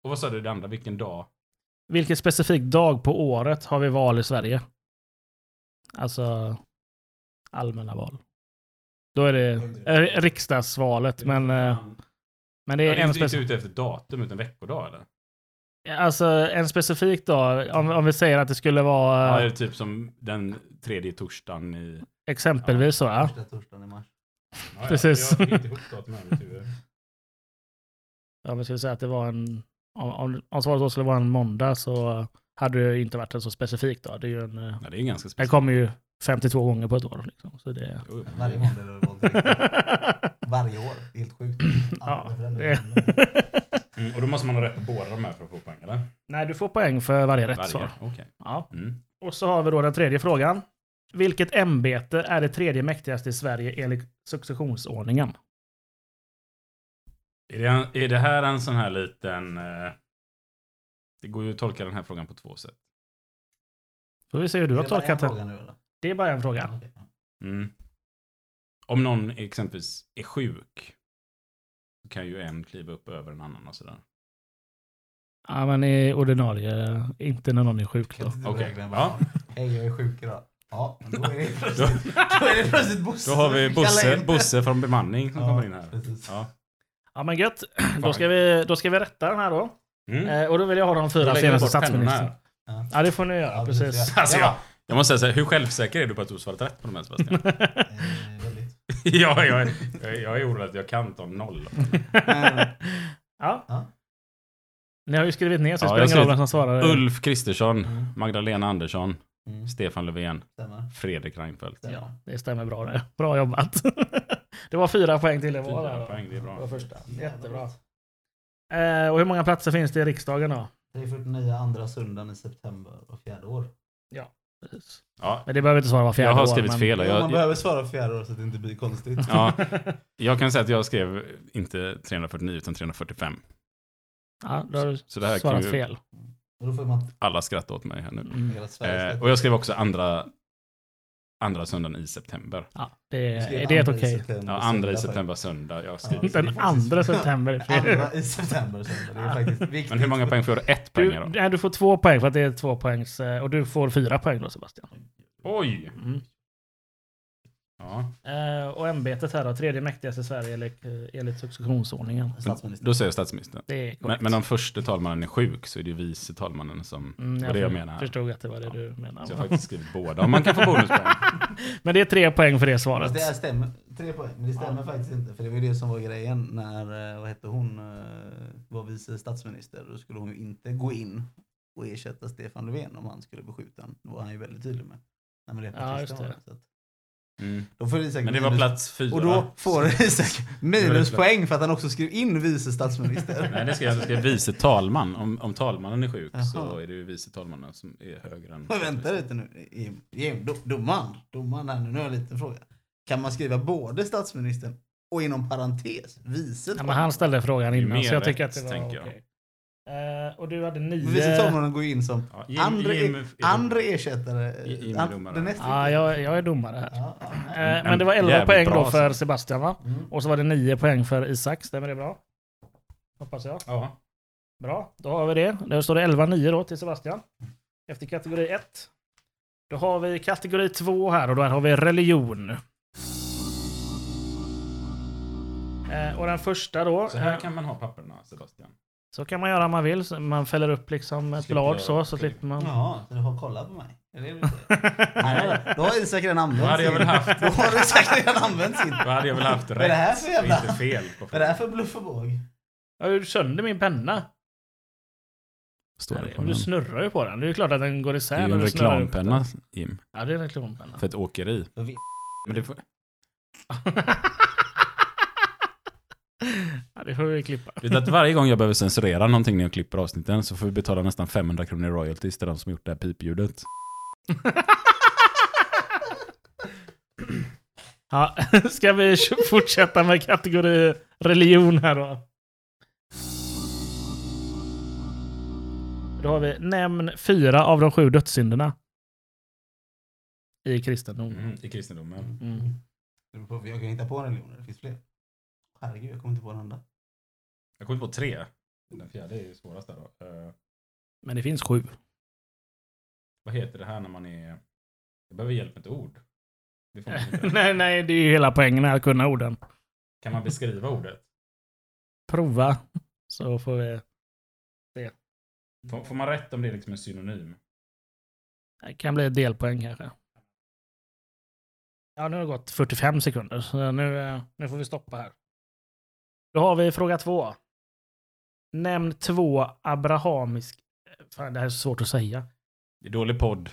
A: Och vad sa du det andra? Vilken dag?
H: Vilken specifik dag på året har vi val i Sverige? Alltså allmänna val. Då är det eh, riksdagsvalet, men, eh, men
A: det
H: det
A: är
H: är
A: inte,
H: en
A: inte
H: specifik...
A: ute efter datum utan veckodag eller?
H: Alltså en specifik dag, om, om vi säger att det skulle vara
A: Ja,
H: eh,
A: det är typ som den tredje torsdagen i...
H: exempelvis så. Ja.
F: Första torsdagen i mars.
A: Ja, ja,
H: Precis.
A: Jag fick inte ihop datumen i mitt huvud.
H: Om vi skulle säga att det var en om, om, om svaret då skulle vara en måndag så hade det ju inte varit en så specifik dag. Det är ju en, eh,
A: Nej, det är ju ganska
H: den
A: speciellt.
H: kommer ju 52 gånger på ett år. Liksom, så det...
A: Jo, jo.
F: Varje månad eller någonting. Varje år. Helt sjukt.
H: ja,
F: Aldrig förändrat.
H: det...
A: Mm, och då måste man ha rätt på båda de här för att få poäng, eller?
H: Nej, du får poäng för varje rätt
A: Varje.
H: svar.
A: Okej.
H: Ja.
A: Mm.
H: Och så har vi då den tredje frågan. Vilket ämbete är det tredje mäktigaste i Sverige enligt successionsordningen?
A: Är, det, en- är det här en sån här liten... Eh, det går ju att tolka den här frågan på två sätt.
H: Får vi se hur du har
F: Det är bara en
H: tolkat det.
F: fråga nu, eller?
H: Det är bara en fråga.
F: Okej.
A: Mm. Om någon exempelvis är sjuk så kan ju en kliva upp över en annan och sådär.
H: Ja, men i ordinarie, inte när någon är sjuk då.
F: Kan inte du
A: Okej.
F: verkligen bara,
A: Ja.
F: Hej, jag är sjuk idag. Ja, men då är det plötsligt, då är det plötsligt Bosse.
A: Då har vi
F: som kallar
A: Bosse,
F: in.
A: Bosse från bemanning som
F: Ja,
A: kommer in här.
F: precis.
A: Ja.
H: Ja, men gött. Då ska vi, då ska vi rätta den här då.
A: Mm.
H: Eh, och då vill jag ha de fyra
A: lägger vi
H: senaste
A: bort pennorna
H: statsministrarna.
A: här.
F: Ja.
H: Ja, det får ni göra.
F: Ja, precis, ja.
H: precis.
A: Alltså, jag, jag måste säga så här, hur självsäker är du på att du har svarat rätt på de här Sebastian?
F: Eh, väldigt.
A: ja, jag, är- jag, är- jag är orolig att jag kan ta noll.
H: Ja.
F: Ja.
H: Ni har ju skrivit ner så
A: Ja,
H: det
A: jag
H: spelar
A: ser-
H: ingen roll vem som svarar.
A: Ulf Kristersson,
F: Mm.
A: Magdalena Andersson,
F: Mm,
A: Stefan Löfven,
F: stämmer.
A: Fredrik Reinfeldt.
F: stämmer.
H: Ja, det stämmer bra det. Bra jobbat. det var fyra poäng till det var där.
A: Fyra
H: då.
A: poäng, det är
H: Det
A: bra.
H: var första. Jättebra.
F: Jättebra.
H: Eh, och hur många platser finns det i riksdagen då?
F: 349 andra söndagen i september och fjärde år.
A: Ja,
H: Men det behöver inte svara var fjärde
A: jag har
H: år,
A: skrivit
H: men-
A: fel. och
F: Ja, man
A: Jag,
F: behöver svara fjärde år så att det inte blir konstigt.
A: ja, jag kan säga att jag skrev inte 349 utan 345.
H: Ja, då har du
A: Så det här kan
H: svarat
A: ju
H: fel.
F: Och då får man
A: alla skratta åt mig här nu.
H: Mm.
F: hela Sverige.
A: Eh, och jag skrev också andra, andra söndagen i september.
H: Ja, det,
F: Jag skrev
H: Eh, är det ett
F: andra i
H: okej?
F: september,
A: Ja, andra i
F: söndag
A: september, söndag. Jag har
F: Ja.
A: skrivit.
H: Den andra september. är
F: faktiskt.
H: fel.
F: Andra i september söndag. Det är faktiskt viktigt.
A: Men hur många poäng får jag? Ett poäng
H: Du,
A: då?
H: nej, du får två poäng för att det är två poängs... eh, Och du får fyra poäng då Sebastian.
A: Oj!
H: Mm.
A: Ja,
H: Eh, och ämbetet här då, tredje mäktigaste i Sverige enligt, eh, enligt successionsordningen.
F: Statsminister.
A: då säger jag statsministern.
H: Det är
A: Men,
H: korrekt.
A: men om förste talmannen är sjuk så är det ju vice talmannen som...
H: Mm,
A: var det jag menade.
H: förstod att det var det du
A: Så jag
H: menade.
A: har faktiskt skrivit båda. Om man kan få bonuspoäng.
H: Men det är tre poäng för det
F: Fast
H: svaret.
F: det här stämmer. Tre poäng. Men det stämmer faktiskt inte. För det var ju det som var grejen när, eh, vad hette hon, eh, var vice statsminister. Då skulle hon ju inte gå in och ersätta Stefan Löfven om han skulle bli skjuten. Det var han ju väldigt tydlig med. När miljöpartisten
H: Ja, just det.
F: var där, så att-
A: Mm.
F: Då får Isak
A: Men det var
F: minus-
A: plats fyra.
F: Och då får Isak
A: minuspoäng
F: minuspoäng för att han också skrev in vice
A: Nej,
F: statsminister.
A: det ska jag, det ska jag vice talman. Om, om talmannen är sjuk så
F: Jaha.
A: är det ju vice talmannen som är högre än...
F: Men vänta lite nu. Jim, Jim, do- Domaren, domaren här nu, nu har jag en liten fråga. Kan man skriva både statsministern och inom parentes vice
H: Ja, men han ställde frågan
A: är
H: innan
A: mer
H: så jag tycker
A: rätt,
H: att det var
A: tänker jag.
H: okej. Eh, och du hade
F: Men Vice
H: nio...
F: talmannen går ju in som
A: Ja, Jim-
F: andra,
A: Jim är-
F: andra ersättare.
A: Jim- Jim är
F: an-
A: domare.
F: den näst
H: Ja, jag, jag är domare här.
F: Ja, ja, nej.
H: Eh,
A: En
H: men det var 11
A: jävligt
H: poäng
A: bra
H: då för
A: alltså.
H: Sebastian va?
F: Mm.
H: Och så var det 9 poäng för Isak, stämmer det bra? Hoppas jag.
A: Ja.
H: Bra, då har vi det. Där står det 11-9 då till Sebastian. Efter kategori 1. Då har vi kategori 2 här och där har vi religion. Eh, och den första då.
A: Så här
H: eh,
A: kan man ha papperna, Sebastian.
H: så kan man göra om man vill. Så Man fäller upp liksom ett
A: Slipper
H: blad
A: jag-
H: så, så slipper man.
F: Jaha, så du har kollat på mig? Är det det du säger? Nej, nej, nej. Då har Isak redan använt
A: Då hade jag väl
F: sin.
A: haft-
F: Då har Isak redan använt sin.
A: Då hade jag väl haft
F: Vad är det här
A: rätt
F: för
A: och
F: jävla-
A: inte fel. På
F: Vad är det här för bluff och båg?
H: Jag gjorde sönder min penna.
A: Står det på
H: Du snurrar ju på den. Det är ju klart att den går
A: Det
H: isär.
A: är ju
H: när
A: en
H: du snurrar upp den.
A: reklampenna, Jim.
H: Ja, det är en reklampenna.
A: För ett åkeri.
F: Jag vet.
A: Men det får...
H: Ja, det får vi klippa.
A: Vet du att varje gång jag behöver censurera någonting när jag klipper avsnitten så får vi betala nästan 500 kronor i royalties till de som gjort det här pipljudet.
H: Ja, ska vi fortsätta med kategori religion här då? Då har vi nämn fyra av de sju dödssynderna. I kristendom.
A: I kristendomen.
H: Mm.
F: Det beror på, för Jag kan hitta på religioner, det finns fler. Herregud, jag kommer inte på en enda.
A: Jag kommer på tre. Den fjärde är ju svårast där då. Eh,
H: Men det finns sju.
A: vad heter det här när man är... Jag behöver hjälp med ett ord. Det får man inte.
H: nej, nej, det är ju hela poängen här, att kunna orden.
A: kan man beskriva ordet?
H: Prova, så får vi...
A: Får, får man rätt om det är liksom en synonym?
H: Det kan bli ett delpoäng kanske. Ja, nu har det gått 45 sekunder, så nu, eh, nu får vi stoppa här. Då har vi fråga två. Nämn två abrahamisk... eh, Fan, det här är så svårt att säga.
A: Det är dålig podd.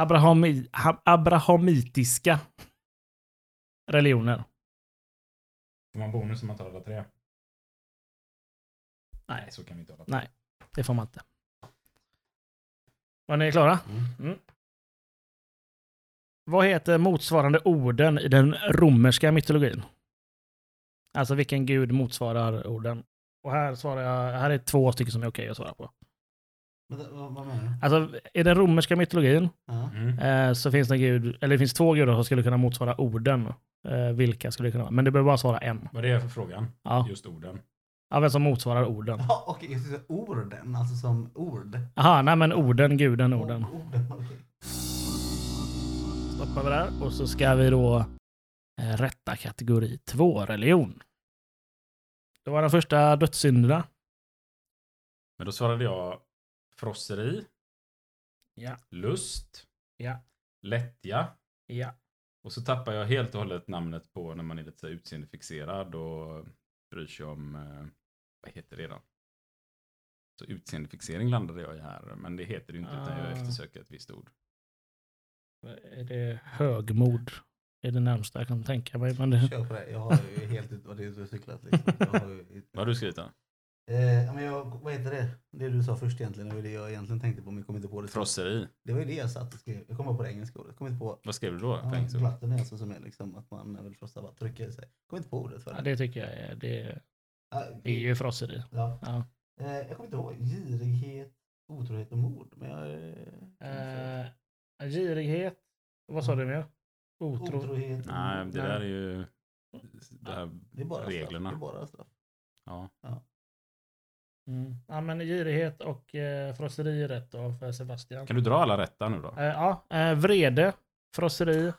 H: Abrahami, ha- abrahamitiska religioner.
A: Får man bonus om man tar alla tre?
H: Nej,
A: så kan vi inte hålla
H: Nej. det får man inte. Var ni klara? Mm. Vad heter motsvarande orden i den romerska mytologin? Alltså vilken gud motsvarar orden? Och här svarar jag, här är två stycken som är okej att svara på.
F: Vänta, vad, vad menar du?
H: Alltså i den romerska mytologin
F: Ja.
A: Mm.
H: Eh, så finns det, en gud, eller det finns två gudar som skulle kunna motsvara orden. Eh, vilka skulle det kunna vara? Men du behöver bara svara en.
A: Vad är det för frågan?
H: Ja.
A: Just orden.
H: Ja, vem som motsvarar orden.
F: Ja, okej. jag skulle säga Orden, alltså som ord.
H: Aha, nej men orden, guden, orden.
F: Orden, okej.
H: Stoppar vi där och så ska vi då eh, rätta kategori 2, religion. Det var den första dödssynderna.
A: Men då svarade jag frosseri,
H: Ja.
A: lust,
H: Ja.
A: lättja.
H: Ja.
A: Och så tappar jag helt och hållet namnet på när man är lite så här utseendefixerad och bryr sig om, eh, vad heter det då? Så utseendefixering landade jag i här, men det heter det ju inte utan
H: Ah.
A: jag eftersöker ett visst ord.
H: Är det högmod? Det är det närmsta jag kan tänka mig. Men det,
F: Kör på det. Jag har ju helt ut, och det är ute och cyklat. Liksom. Jag har ju,
A: Vad har du skrivit då?
F: eh, ja, men jag, vad heter det? Det du sa först egentligen, det var det jag egentligen tänkte på men jag kom inte på det.
A: Frosseri.
F: Det var ju det jag satt och skrev. Jag kom bara på det engelska ordet. Jag kom inte på
A: Vad skrev du då?
H: Ah,
A: på
F: ja,
A: engelska?
F: glatten är alltså som är liksom att man vill frossa bara trycker i sig. Jag kom inte på ordet för
H: ja, det tycker jag är, det
F: Ja,
H: är ju frosseri.
F: ja.
H: Ja.
F: Eh, jag kommer inte ihåg. Girighet, otrohet och mord. Men jag, eh,
H: Eh, girighet. Vad sa du mer? Otro.
F: otrohet. och
A: Nej,
F: mord.
A: det där är ju det
H: Ah.
A: här
F: det är bara
A: reglerna.
F: Straff. Det är bara straff.
A: Ja.
H: Mm. Ja, men girighet och eh, frosseri är rätt då för Sebastian.
A: Kan du dra alla rätta nu då?
H: Eh, ja, eh, vrede, frosseri,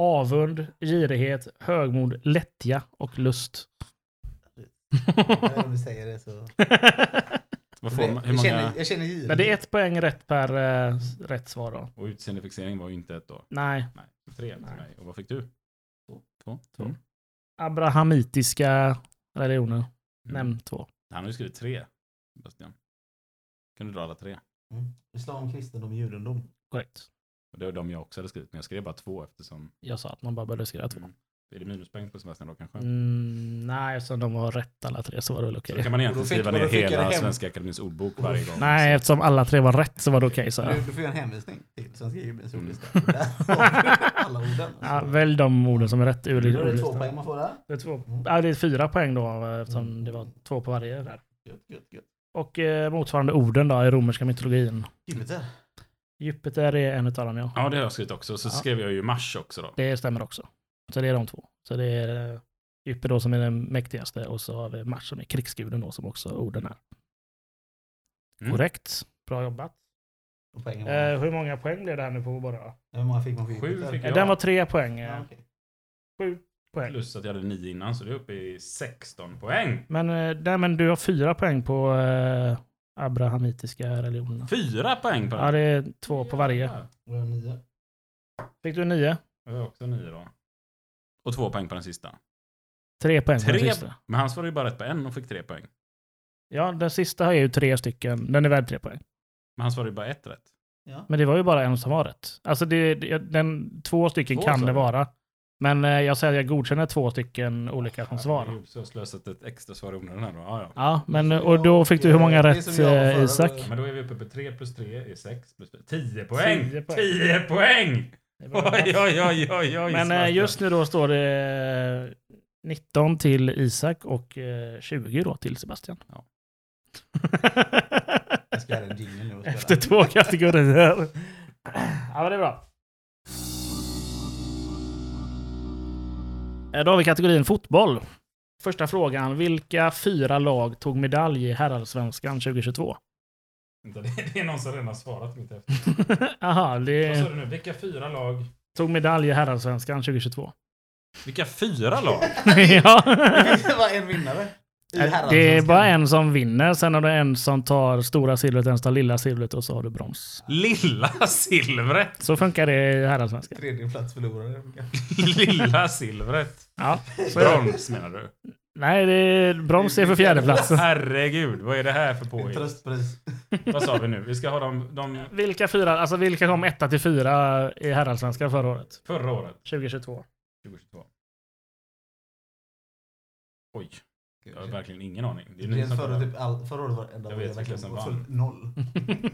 H: avund, girighet, högmod, lättja och lust.
F: Även om du säger det så.
A: Vad får
F: Det-
A: man, hur
F: jag,
A: många...
F: känner, jag känner girighet.
H: Men det är ett poäng rätt per eh, s- rätt svar då.
A: Och utseendefixering var ju inte ett då.
H: Nej,
A: Nej, tre till
H: Nej.
A: mig. Och vad fick du? Två.
H: Två.
A: Mm.
H: abrahamitiska religioner.
A: Mm.
H: Nämn två.
A: Han har ju skrivit tre, Bastian. Kan du dra alla tre?
F: Mm. Islam, kristendom, judendom.
H: Korrekt.
A: Och det var de jag också hade skrivit, men jag skrev bara två eftersom...
H: Jag sa att man bara började skriva två.
A: Mm. Är det minuspoäng på Sebastian då kanske?
H: Mm, nej, eftersom de var rätt alla tre så var det väl okej.
A: Så då kan man
F: Och
A: egentligen
F: då fick-
A: skriva
F: och då
A: ner
F: fick jag det
A: hela
F: hem.
A: Svenska Akademins ordbok varje gång.
H: Nej, eftersom alla tre var rätt så var det okej, okay,
F: Du, du får göra en hänvisning till Svenska Bibelns ordlista. Där har du alla orden.
H: Mm. Ja, välj de orden som är rätt ur
F: Då är det två
H: ordlistan.
F: poäng man får där.
H: Det är, två,
F: Mm.
H: ja, det är fyra poäng då eftersom det var två på varje. Där.
F: Gött, gött, gött.
H: Och eh, motsvarande orden då i romerska mytologin.
F: Jupiter.
H: Jupiter är en utav dem ja.
A: Ja, det har jag skrivit också. Så
H: Ja.
A: skrev jag ju Mars också då.
H: Det stämmer också. Så det är de två. Så det är eh, Jupiter då som är den mäktigaste och så har vi Mars som är krigsguden då som också orden är.
A: Mm.
H: Korrekt. Bra jobbat.
F: Och poängen var-
H: Eh, hur många poäng blev det här nu på bara? då?
F: Hur många fick man för
A: Sju
F: Jupiter?
A: fick
H: Eh,
A: jag.
H: Den var tre poäng. eh,
F: Ja, okej.
H: Sju poäng.
A: Plus att jag hade nio innan, så det är uppe i 16 poäng.
H: Men, eh, nej, men du har fyra poäng på eh, abrahamitiska religionerna.
A: Fyra poäng på
H: Ja,
A: den.
H: det är två på varje.
A: Ja,
F: Och jag har nio.
H: Fick du nio?
A: Jag har också nio då. Och två poäng på den sista.
H: Tre poäng på den
A: Tre-
H: sista.
A: Men han svarade ju bara rätt på en och fick tre poäng.
H: Ja, den sista har ju tre stycken. Den är värd tre poäng.
A: Men han svarade ju bara ett rätt.
F: Ja.
H: Men det var ju bara en som var rätt. Alltså, det, det- den, två stycken
A: Två,
H: kan
A: sa
H: det
A: du?
H: vara. Men eh, jag säger att jag godkänner två stycken olika som svar.
A: Herregud, Så har jag slösat ett extra svar i onödan här då. Ja, ja.
H: Ja, men och då fick du hur många
F: Det är
H: rätt,
F: som jag var
H: eh,
F: förra
H: Isak?
F: gången.
A: Men då är vi uppe på 3 plus 3 är 6 plus 4. 10 poäng! 10
H: 10
A: poäng!
H: poäng.
A: Oj, oj, oj, oj, oj.
H: Men eh,
A: Sebastian.
H: just nu då står det eh, 19 till Isak och eh, 20 då till Sebastian.
A: Ja.
F: Jag ska göra en jingle nu och spela.
H: Efter två kategorier. ja, men det är bra. Eh, Då har vi kategorin fotboll. Första frågan. Vilka fyra lag tog medalj i herrallsvenskan 2022?
A: Vänta, Det det är någon som redan har svarat mitt efter.
H: Aha,
A: Vad
H: det
A: sa du nu? Vilka fyra lag?
H: tog medalj i herrallsvenskan 2022.
A: Vilka fyra lag?
H: ja.
F: Det var en vinnare. I
H: Eh, Det är
F: herrallsvenskan.
H: bara en som vinner, sen har du en som tar stora silvret, en som tar lilla silvret och så har du brons.
A: Lilla silvret!
H: Så funkar det i herrallsvenskan.
F: Tredje plats förlorare.
A: Lilla silvret.
H: Ja, så är det.
A: Brons menar du?
H: Nej, det är broms är för
A: Alltså-
H: fjärdeplatsen.
A: Herregud, vad är det här för påhitt?
F: Tröstpris.
A: Vad sa vi nu? Vi ska ha dem de
H: Vilka fyra, alltså vilka kom etta till fyra i herrallsvenskan förra året?
A: förra året,
H: 2022.
A: 2022. Oj, jag har verkligen ingen aning. Det är ni
F: Rent
A: som
F: förra,
A: kollar.
F: typ all, förra året var det enda
A: Jag
F: året
A: vet vilka som
F: var
A: vann.
F: fullt noll.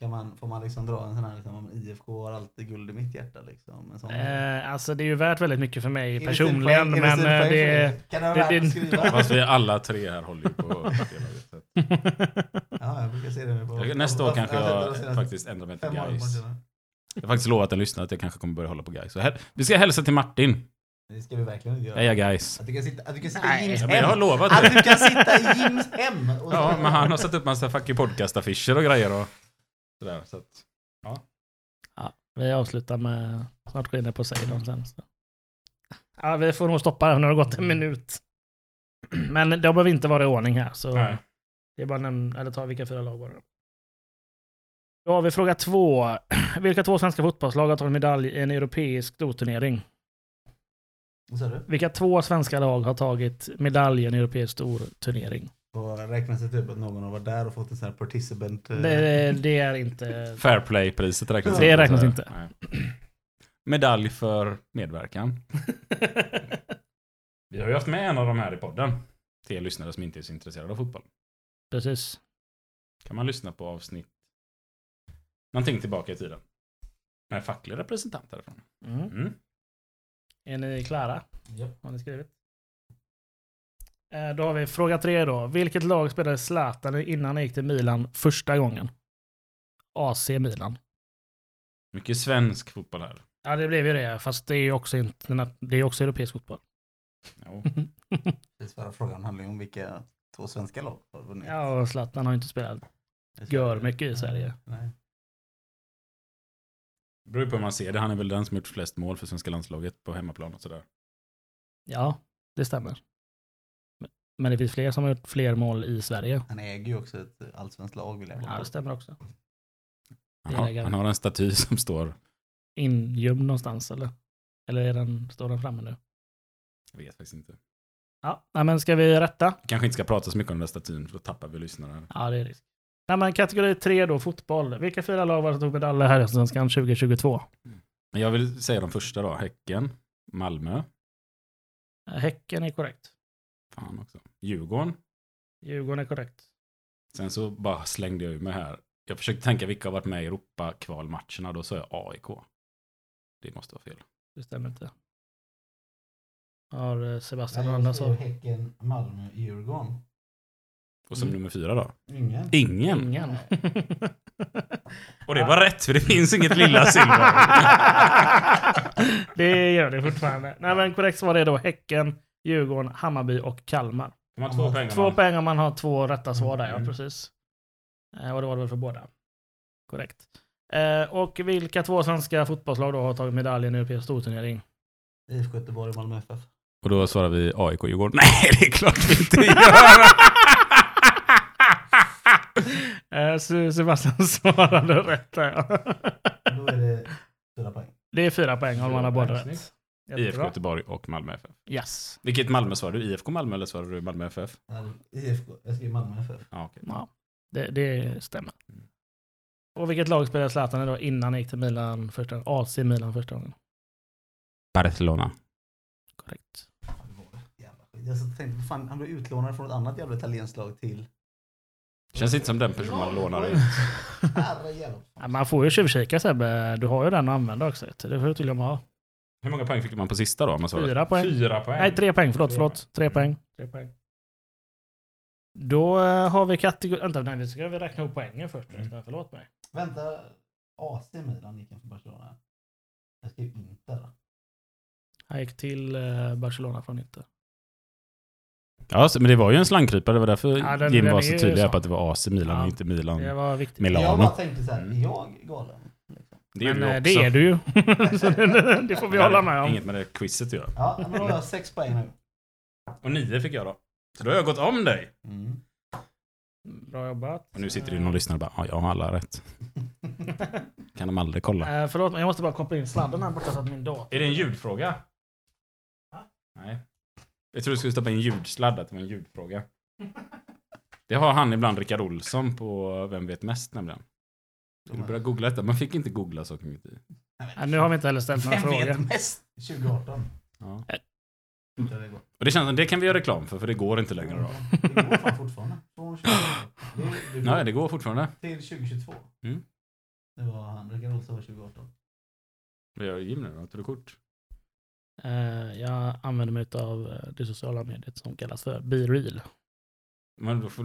F: kan man, får man liksom dra en sån här liksom, IFK har alltid guld i mitt hjärta liksom. En sån.
H: Eh, alltså det är ju värt väldigt mycket för mig
F: Är det
H: personligen,
F: sidpoäng? Är
H: men
F: sidpoäng
H: eh,
F: för
H: det...
F: dig? Kan det vara
H: det-
F: värt
H: det-
F: att skriva?
A: Fast vi alla tre här håller ju på att dela ut det.
F: ja, jag brukar se det nu på...
A: Jag- Nästa år
F: på-
A: kanske
F: har sett det de
A: jag
F: senaste
A: faktiskt ändrar mig till
F: fem åren på
A: guys.
F: tiden.
A: Jag har faktiskt lovat en lyssnare att jag kanske kommer börja hålla på guys. Så här, vi ska hälsa till Martin.
F: Det ska vi verkligen inte göra.
A: Heja guys.
F: Att du kan sitta, att du kan sitta i Jims
A: Ja,
F: hem.
A: men jag har lovat
F: Att
A: det.
F: du kan sitta i Jims hem. Och
A: Ja, men han har satt upp massa fucking podcastaffischer och grejer och sådär. Så att,
H: Vi avslutar med... Snart går jag in på Poseidon sen. Så. Ja, vi får nog stoppa här, nu har det gått en minut. Men de behöver inte vara i ordning här, så
A: Nej.
H: det är bara att nämna, eller ta vilka fyra lag var det. Då har vi fråga två. Vilka två svenska fotbollslag har tagit medalj i en europeisk storturnering?
F: Vad sa du?
H: Vilka två svenska lag har tagit medalj i en europeisk storturnering?
F: Och räknas det typ att någon har varit där och fått en sån här participant... eh,
H: Det, det är inte...
A: fair play-priset räknas
H: Det räknas
A: Så-
H: inte.
A: Nej. Medalj för medverkan. Vi har ju haft med en av de här i podden. Till er lyssnare som inte är så intresserade av fotboll.
H: Precis.
A: Kan man lyssna på avsnitt någonting tillbaka i tiden. Med facklig representant härifrån.
H: Mm.
A: Mm.
H: Är ni klara? Har ni skrivit? Eh, Då har vi fråga tre då. Vilket lag spelade Zlatan i innan han gick till Milan första gången? AC Milan.
A: Mycket svensk fotboll här.
H: Ja, det blev ju det. Fast det är ju också, interna- det är också europeisk fotboll.
A: Jo.
H: Mhm.
F: Precis, förra frågan handlar ju om vilka två svenska lag har vunnit.
H: Ja, och Zlatan har ju inte spelat gör mycket i Sverige.
F: Nej.
A: Det beror ju på hur man ser det. Han är väl den som gjort flest mål för svenska landslaget på hemmaplan och sådär.
H: Ja, det stämmer. Men- Men det finns fler som har gjort fler mål i Sverige.
F: Han äger ju också ett allsvenskt lag vill jag
H: Ja, det stämmer också.
A: Han
H: Det
A: har,
H: lägger-
A: han har en staty som står...
H: Ingömd någonstans eller? Eller är den, står den framme nu?
A: Jag vet faktiskt inte.
H: Ja, nej, men ska vi rätta?
A: Vi kanske inte ska prata så mycket om den där statyn för då tappar vi lyssnare.
H: Ja, det är risk. Nej, men kategori tre då, fotboll. Vilka fyra lag var det som tog medaljer här i Allsvenskan 2022?
A: Men jag vill säga de första då. Häcken, Malmö,
H: Eh, Häcken är korrekt.
A: fan också. Djurgården.
H: Djurgården är korrekt.
A: Sen så bara slängde jag ur mig här. Jag försökte tänka vilka har varit med i Europa-kvalmatcherna. Då sa jag AIK. Det måste vara fel.
H: Det stämmer inte. Har eh, Sebastian
F: Nej,
H: någon
F: jag
H: annan
F: skrev
H: så?
F: Häcken, Malmö, Djurgården.
A: Och som
H: Mm.
A: nummer fyra då?
F: Ingen.
A: Ingen.
H: Ingen.
A: Och det var rätt, för det finns inget lilla silver.
H: det gör det fortfarande. Nej, men korrekt svar är då Häcken, Djurgården, Hammarby och Kalmar.
A: De har två poäng.
H: Två poäng om man har två rätta svar där, ja
A: Mm.
H: precis. Eh, Och det var det väl för båda. Korrekt. Eh, Och vilka två svenska fotbollslag då har tagit medalj i en europeisk storturnering?
F: IFK Göteborg, Malmö FF.
A: Och då svarar vi AIK Djurgården. Nej, det är klart vi inte gör.
H: Eh, Se- Sebastian svarade rätt där, ja.
F: Då är det fyra poäng.
H: Det är fyra poäng om man har båda
A: Snyggt.
H: rätt.
A: IFK
H: Jättebra.
A: Göteborg och Malmö FF.
H: Yes.
A: Vilket Malmö svarar du? IFK Malmö eller svarar du Malmö FF?
F: Nej, IFK, jag skrev Malmö FF.
A: Ja, okej.
H: Ja, det, det stämmer.
A: Mm.
H: Och vilket lag spelade Zlatan i då innan han gick till Milan första gången? AC Milan första gången.
A: Barcelona.
H: Korrekt.
F: Jävla skit. Jag satt och tänkte, fan, han blev utlånad från ett annat jävla italienskt lag till...
A: Känns inte som den personen man lånar ut.
F: Herre jävla.
H: Ja, man får ju tjuvkika Sebbe. Du har ju den att använda också. vet du. Det får du till och med ha.
A: Hur många poäng fick man på sista då? om Man svarar?
H: Fyra poäng.
A: Fyra poäng.
H: Nej, tre poäng. Förlåt,
A: Tre
H: förlåt. Tre poäng. Tre poäng. Då eh, har vi kategori... Vänta, nej, vi ska vi räkna ihop poängen först. Mm. Förlåt mig.
F: Vänta, AC Milan gick in för Barcelona. Jag skrev Inter.
H: Han gick till eh, Barcelona från Inter.
A: Ja, så- men det var ju en slangkrypare. Det var därför
H: Ja, den-
A: Jim
H: den
A: var
H: är
A: så
H: ju
A: tydlig här
H: så.
A: på att det var AC Milan
H: Ja.
A: och inte Milan.
H: Det var viktigt.
A: Milano.
F: Jag bara tänkte så här,
A: Mm.
F: jag galen. Liksom.
A: Det
H: Men
A: ju
H: eh, det är du ju. Så det, det får vi hålla med om.
A: Inget med det quizet att göra.
F: Ja, men då har jag sex poäng nu.
A: Och nio fick jag då. Så då har jag gått om dig.
F: Mm.
H: Bra jobbat.
A: Och nu sitter det någon lyssnare och bara, ja, jag har alla rätt. Kan de aldrig kolla.
H: Eh, förlåt, men jag måste bara koppla in sladden här borta så att min dator...
A: Är det en ljudfråga? Nej. Jag tror du skulle stoppa in ljudsladd, att det var en ljudfråga. Det har han ibland, Rickard Olsson, på Vem vet mest nämligen. Vill du börja googla detta? Man fick inte googla saker mitt i.
H: Ja, nu har vi inte heller ställt några
F: Vem
H: frågor.
F: vet mest? 2018.
A: Ja.
F: Där Mm. det går.
A: Och det känns som det kan vi göra reklam för, för det går inte längre. Då.
F: Det går fan fortfarande. Från 2018. Det- det går
A: Nej, det går fortfarande.
F: Till 2022.
A: Mm.
F: Det var han. Rickard Olsson var 2018.
A: Vi gör Jim nu då, tar du kort?
H: Eh, jag använder mig av eh, det sociala mediet som kallas för Be Real.
A: Men då får,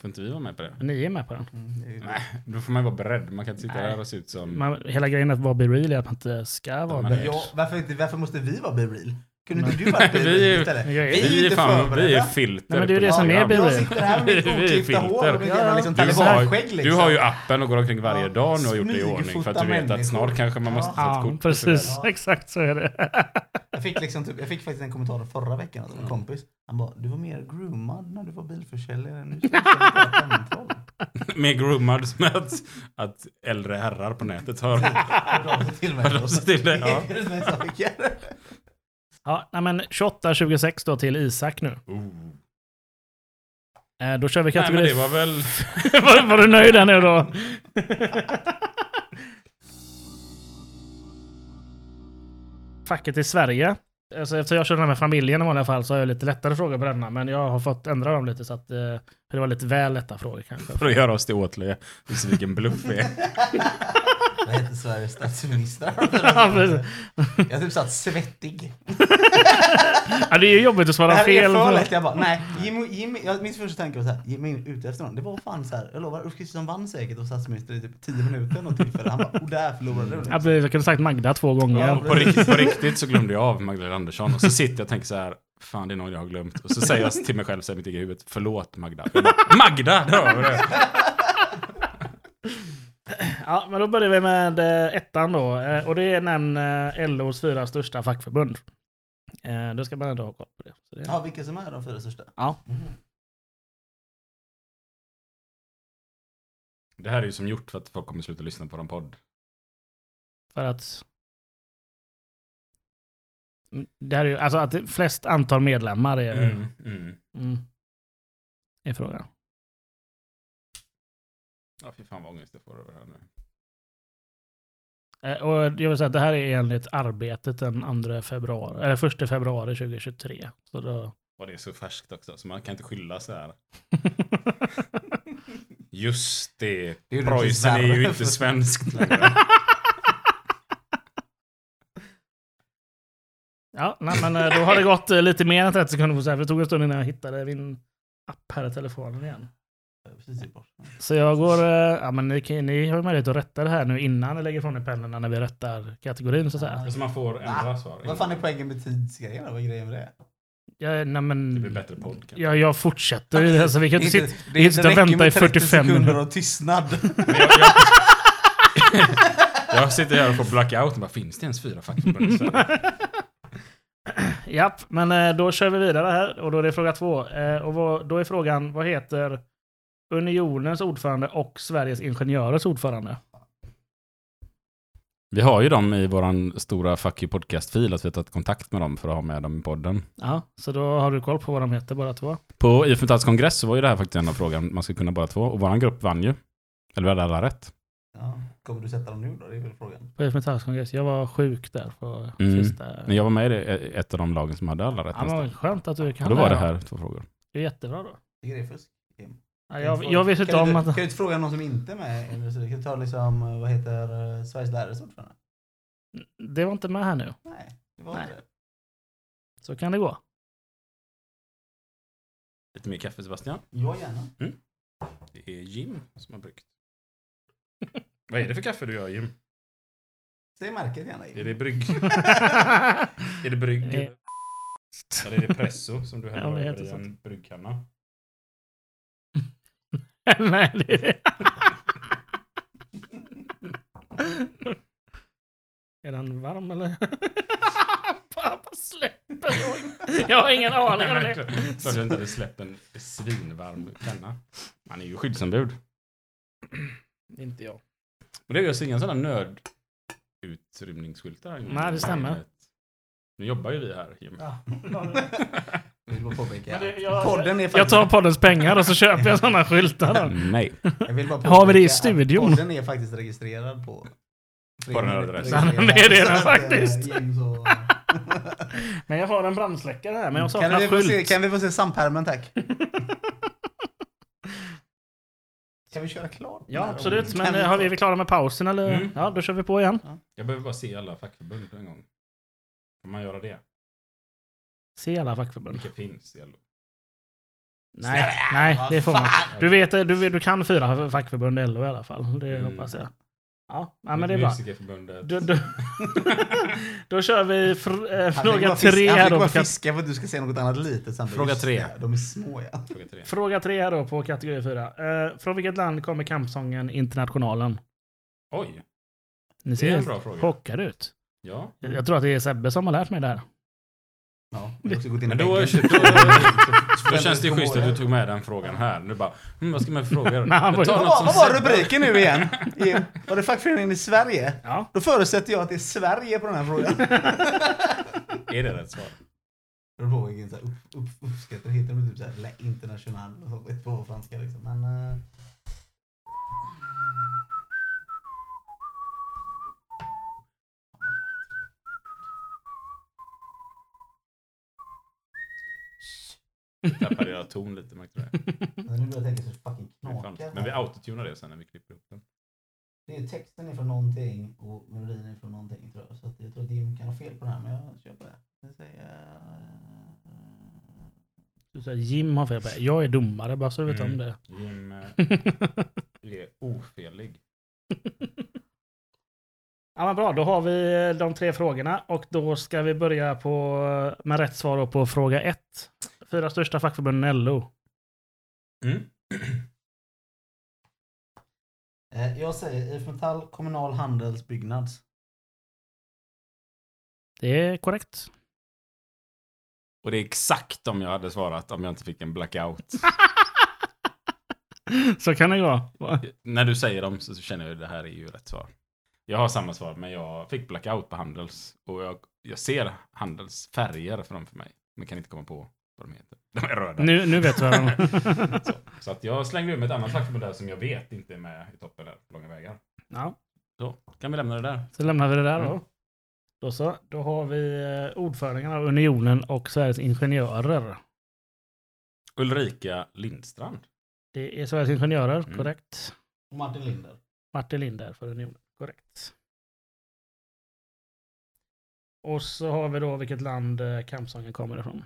A: får inte vi vara med på det?
H: Ni är med på den.
F: Mm, det är ju
A: Nej, då får man ju vara beredd. Man kan inte sitta
H: Nej.
A: här och se ut som...
H: Man, hela grejen att vara Be Real är att man inte ska vara
A: men
H: beredd.
F: Men jag, varför, inte, varför måste vi vara Be Real? Kunde inte du vara Be
A: Vi
F: Real
A: är-
F: istället?
H: Jag är-
F: Vi är
A: Vi är
F: inte
A: fan, vi är
F: förberedda.
A: filter.
H: Nej, men det är ju
A: på
H: det som
A: program.
H: är Be
F: Jag
H: Real.
F: sitter här med mitt
A: Vi är
F: oklippta
A: filter.
F: hår och mitt
H: Ja,
F: jävla liksom
A: Du har,
F: talibanskägg liksom.
A: du har ju appen och går omkring varje
F: Ja,
A: dag nu och gjort det i ordning för att du vet
F: smygfota
A: att snart kanske man måste ta ett
H: Ja,
A: kort. på sig
H: precis.
F: sådär.
H: Exakt så är det.
F: Jag fick, liksom typ, jag fick faktiskt en kommentar förra veckan av en kompis. Han bara, du var mer groomad när du var bilförsäljare. Nu ser du ut som en jävla kontroll.
A: där. Mer groomad som att, att äldre herrar på nätet har...
F: Hörde av sig till mig.
A: Hörde av sig till dig, ja.
F: Erbjöd mig saker.
H: Ja, nej, men 28-26 då till Isak nu.
A: Oh.
H: Eh, då kör vi
A: Nej men
H: kategori...
A: det var väl...
H: var... var du nöjd där nu då? Facket i Sverige. Alltså, eftersom jag kör den här med familjen i vanliga fall så har jag lite lättare frågor på denna. Men jag har fått ändra dem lite så att eh, det var lite väl lätta frågor kanske.
A: För att göra oss till åtlöje. Visst vilken bluff vi är.
F: Vad heter Sveriges statsminister?
H: Ja, precis.
F: jag typ satt svettig.
H: ja, det är ju jobbigt att
F: Det
H: svara
F: här är
H: fel.
F: för lätt. Jag bara, nej. Jimmy, Jimmy, jag, min första tanke var så här, Jimmy är ute efter honom. Det var fan så här, jag lovar, Ulf Kristersson vann säkert och statsminister i typ 10 minuter något tillfälle. Han bara, och där förlorade du.
H: Jag, jag kunde sagt Magda två gånger.
F: Ja,
A: Och på, riktigt, på riktigt så glömde jag av Magdalena Andersson och så sitter jag och tänker så här. Fan det är någon jag har glömt. Och så säger jag till mig själv, säger mitt eget huvud. Förlåt Magda. Jag Bara, Magda! Där har vi det.
H: Ja, men då börjar vi med eh, ettan då. Eh, Och det är nämn eh, LOs fyra största fackförbund. Eh, Då ska man ändå ha koll på det. Så det
F: Ja, vilka som är de fyra största?
H: ja.
A: Det här är ju som gjort för att folk kommer sluta lyssna på vår podd.
H: För att... Mm, Det här är ju, alltså att det- flest antal medlemmar är, mm.
A: Mm.
H: är frågan.
A: Ja, fy fan vad ångest jag får över det här nu.
H: Eh, Och jag vill säga att det här är enligt arbetet den 2 februari, eller 1 februari 2023. Så då...
A: Och det är så färskt också, så man kan inte skylla så här. Just det,
F: Det är ju
A: Preussen är ju
F: värre.
A: inte svenskt längre.
H: Ja, nej, men eh, då har det gått eh, lite mer än 30 sekunder. får jag säga, för Det tog en stund innan jag hittade min app här i telefonen igen.
F: Precis, typ bort.
H: Så jag går... eh, Ja, men ni, kan- ni har ju möjlighet att rätta det här nu innan ni lägger ifrån er pennorna när vi rättar kategorin så att säga.
F: alltså,
A: Så Alltså, man får ändra svar.
F: Vad fan är poängen med tidsgrejerna? Vad är grejen med det?
H: Jag, nej,
A: Det blir
H: men,
A: bättre podd. kanske.
H: jag, jag fortsätter ju. Alltså, vi kan inte sitta...
F: det,
H: vi kan sitta och
F: räcker
H: vänta
F: med
H: i
F: 30
H: 45
F: sekunder
H: minuter.
F: av tystnad.
A: Men Jag, jag, jag sitter här och får blackout och bara, finns det ens fyra fackförbund i Sverige?
H: Japp, men eh, då kör vi vidare här och då är det fråga två. Eh, Och vad, då är frågan, vad heter Unionens ordförande och Sveriges Ingenjörers ordförande?
A: Vi har ju dem i vår stora Fuck You Podcast-fil, att vi har tagit kontakt med dem för att ha med dem i podden.
H: Ja, så då har du koll på vad de heter båda två.
A: På IF Metalls kongress så var ju det här faktiskt en av frågan man skulle kunna bara två. Och vår grupp vann ju. Eller vi hade alla rätt.
F: Ja, kommer du sätta dem nu då? Det är väl frågan.
H: På IF Metalls kongress. Jag var sjuk där på
A: Mm.
H: sista...
A: Men jag var med i det- ett av de lagen som hade alla rätt.
H: Ja, men
A: nästan.
H: vad skönt att du kan
A: Och då var det
H: här.
A: här två frågor.
H: Det är jättebra då.
F: Tycker det är fusk.
H: Ja,
F: Kan du
H: jag,
F: fråga-
H: jag vet inte
F: Mm. kan
H: om
F: du, Kan
H: att...
F: du inte fråga någon som inte är med? Eller så Du kan ta liksom, eh, vad heter eh, Sveriges lärares ordförande?
H: Det var inte med här nu.
F: Nej, det var
H: Nej.
F: inte det.
H: Så kan det gå.
A: Lite mer kaffe Sebastian.
F: Jag gärna.
A: Det är Jim som har bryggt. Vad är det för kaffe du gör Jim?
F: Säg märket gärna.
A: Är det brygg? är det brygg?
H: Eh.
A: Eller är det presso som du
H: Ja,
A: häller
H: det
A: över
H: heter
A: i
H: sånt.
A: en bryggkanna?
H: Nej, det är det. Är den varm eller? Pappa släpper jag. Jag har ingen aning om det.
A: Så att jag inte hade släppt en svinvarm kanna. Han är ju skyddsombud.
H: Inte jag.
A: Men det görs inga sådana nödutrymningsskyltar. här inne.
H: Nej, det stämmer.
A: Nu jobbar ju vi här, Jim.
F: Jag vill bara påpeka.
H: Men det- jag-
F: podden är
H: Jag
F: faktiskt...
H: tar poddens pengar och så köper jag sådana skyltar. då.
A: Nej.
F: jag vill bara
H: Har vi det i
F: påpeka att
H: studion?
F: Podden är faktiskt registrerad på...
A: På den här adressen.
H: Den är det
F: Så att, eh,
H: faktiskt.
F: gäng Så...
H: Men jag har en brandsläckare här, men jag
F: Mm. Kan
H: saknar
F: vi, få se,
H: skylt.
F: kan vi få se sampärmen tack? Kan vi köra klart? den
H: Ja,
F: här
H: absolut.
F: omgången?
H: Men
F: Kan
H: eh, har vi, är vi klara med pausen eller?
A: Mm.
H: Ja, då kör vi på igen.
A: Jag behöver bara se alla fackförbund på en gång. Kan man göra det?
H: Se alla fackförbund.
A: Vilka finns i LO?
H: Nej, nej det får man du vet, eh, du, vet- du kan fyra fackförbund i LO i alla fall. Det
A: Mm.
H: hoppas jag. Ja, ja, men det är bra.
A: Musikerförbundet.
H: Då, då, då kör vi fr, eh,
F: Han fick
H: fråga
F: bara fiska-
H: tre
F: Han
H: här
F: fick
H: då.
F: bara
H: På kat-
F: fiska för att du ska säga något annat litet samtidigt.
A: Fråga
F: Just
A: tre.
F: det, De är små ja.
A: Fråga tre.
H: fråga tre här då på kategori fyra. Eh, från vilket land kommer kampsången Internationalen?
A: Oj,
H: Ni
A: det är
H: ser
A: en bra fråga.
H: chockade ut.
A: Ja.
H: Jag tror att det är Sebbe som har lärt mig det här.
F: Ja, jag har också gått in i
A: Men då, då,
F: väggen.
A: då känns det schysst att du tog med den frågan här. Nu bara, hm, vad ska man fråga? då?
H: Nej, han
A: Jag tar
H: började-
A: något
F: Vad var,
A: som
F: vad var
A: Sebbe-
F: rubriken nu igen? Jim? Var det fackföreningen i Sverige?
H: Ja.
F: Då förutsätter jag att det är Sverige på den här frågan.
A: Är det rätt svar?
F: Det var ingen så här upp, upp, uppskattare, heter de typ såhär La International och sånt på franska liksom. Men... eh,
A: Tappade jag ton lite märkte du det?
F: men nu börjar jag tänka så det fucking
A: Fy fan.
F: knakar.
A: Men vi autotunar det sen när vi klipper ihop den.
F: Det är texten är från någonting och melodin är från någonting tror jag. Så att jag tror att Jim kan ha fel på det här men jag köper det. Jag säger...
H: Du säger Jim har fel på det. Jag är domare, bara så du vet om det.
A: Jim eh, är ofelig.
H: Ja, men bra, då har vi eh, de tre frågorna och då ska vi börja på, eh, med rätt svar då på fråga ett. Fyra största fackförbunden i LO.
A: Mm.
F: Eh, Jag säger IF Metall, Kommunal, Handels, Byggnads.
H: Det är korrekt.
A: Och det är exakt om jag hade svarat om jag inte fick en blackout.
H: Så kan det gå.
A: när du säger dem så så känner jag att det här är ju rätt svar. Jag har samma svar, men jag fick blackout på Handels. Och jag, jag ser Handels färger framför mig, men kan inte komma på vad de heter. De är röda.
H: Nu, nu vet vi. vad de-
A: så så att jag slängde ur mig ett annat fackförbund där som jag vet inte är med i toppen där, på långa vägar.
H: Ja,
A: Så, kan vi lämna det där.
H: så lämnar vi det där då.
A: Mm.
H: Då så. Då har vi eh, ordföranden av Unionen och Sveriges Ingenjörer.
A: Ulrika Lindstrand.
H: Det är Sveriges Ingenjörer,
A: Mm.
H: korrekt.
F: Och Martin Linder.
H: Martin Linder för Unionen, korrekt. Och så har vi då vilket land eh, kampsången kommer ifrån.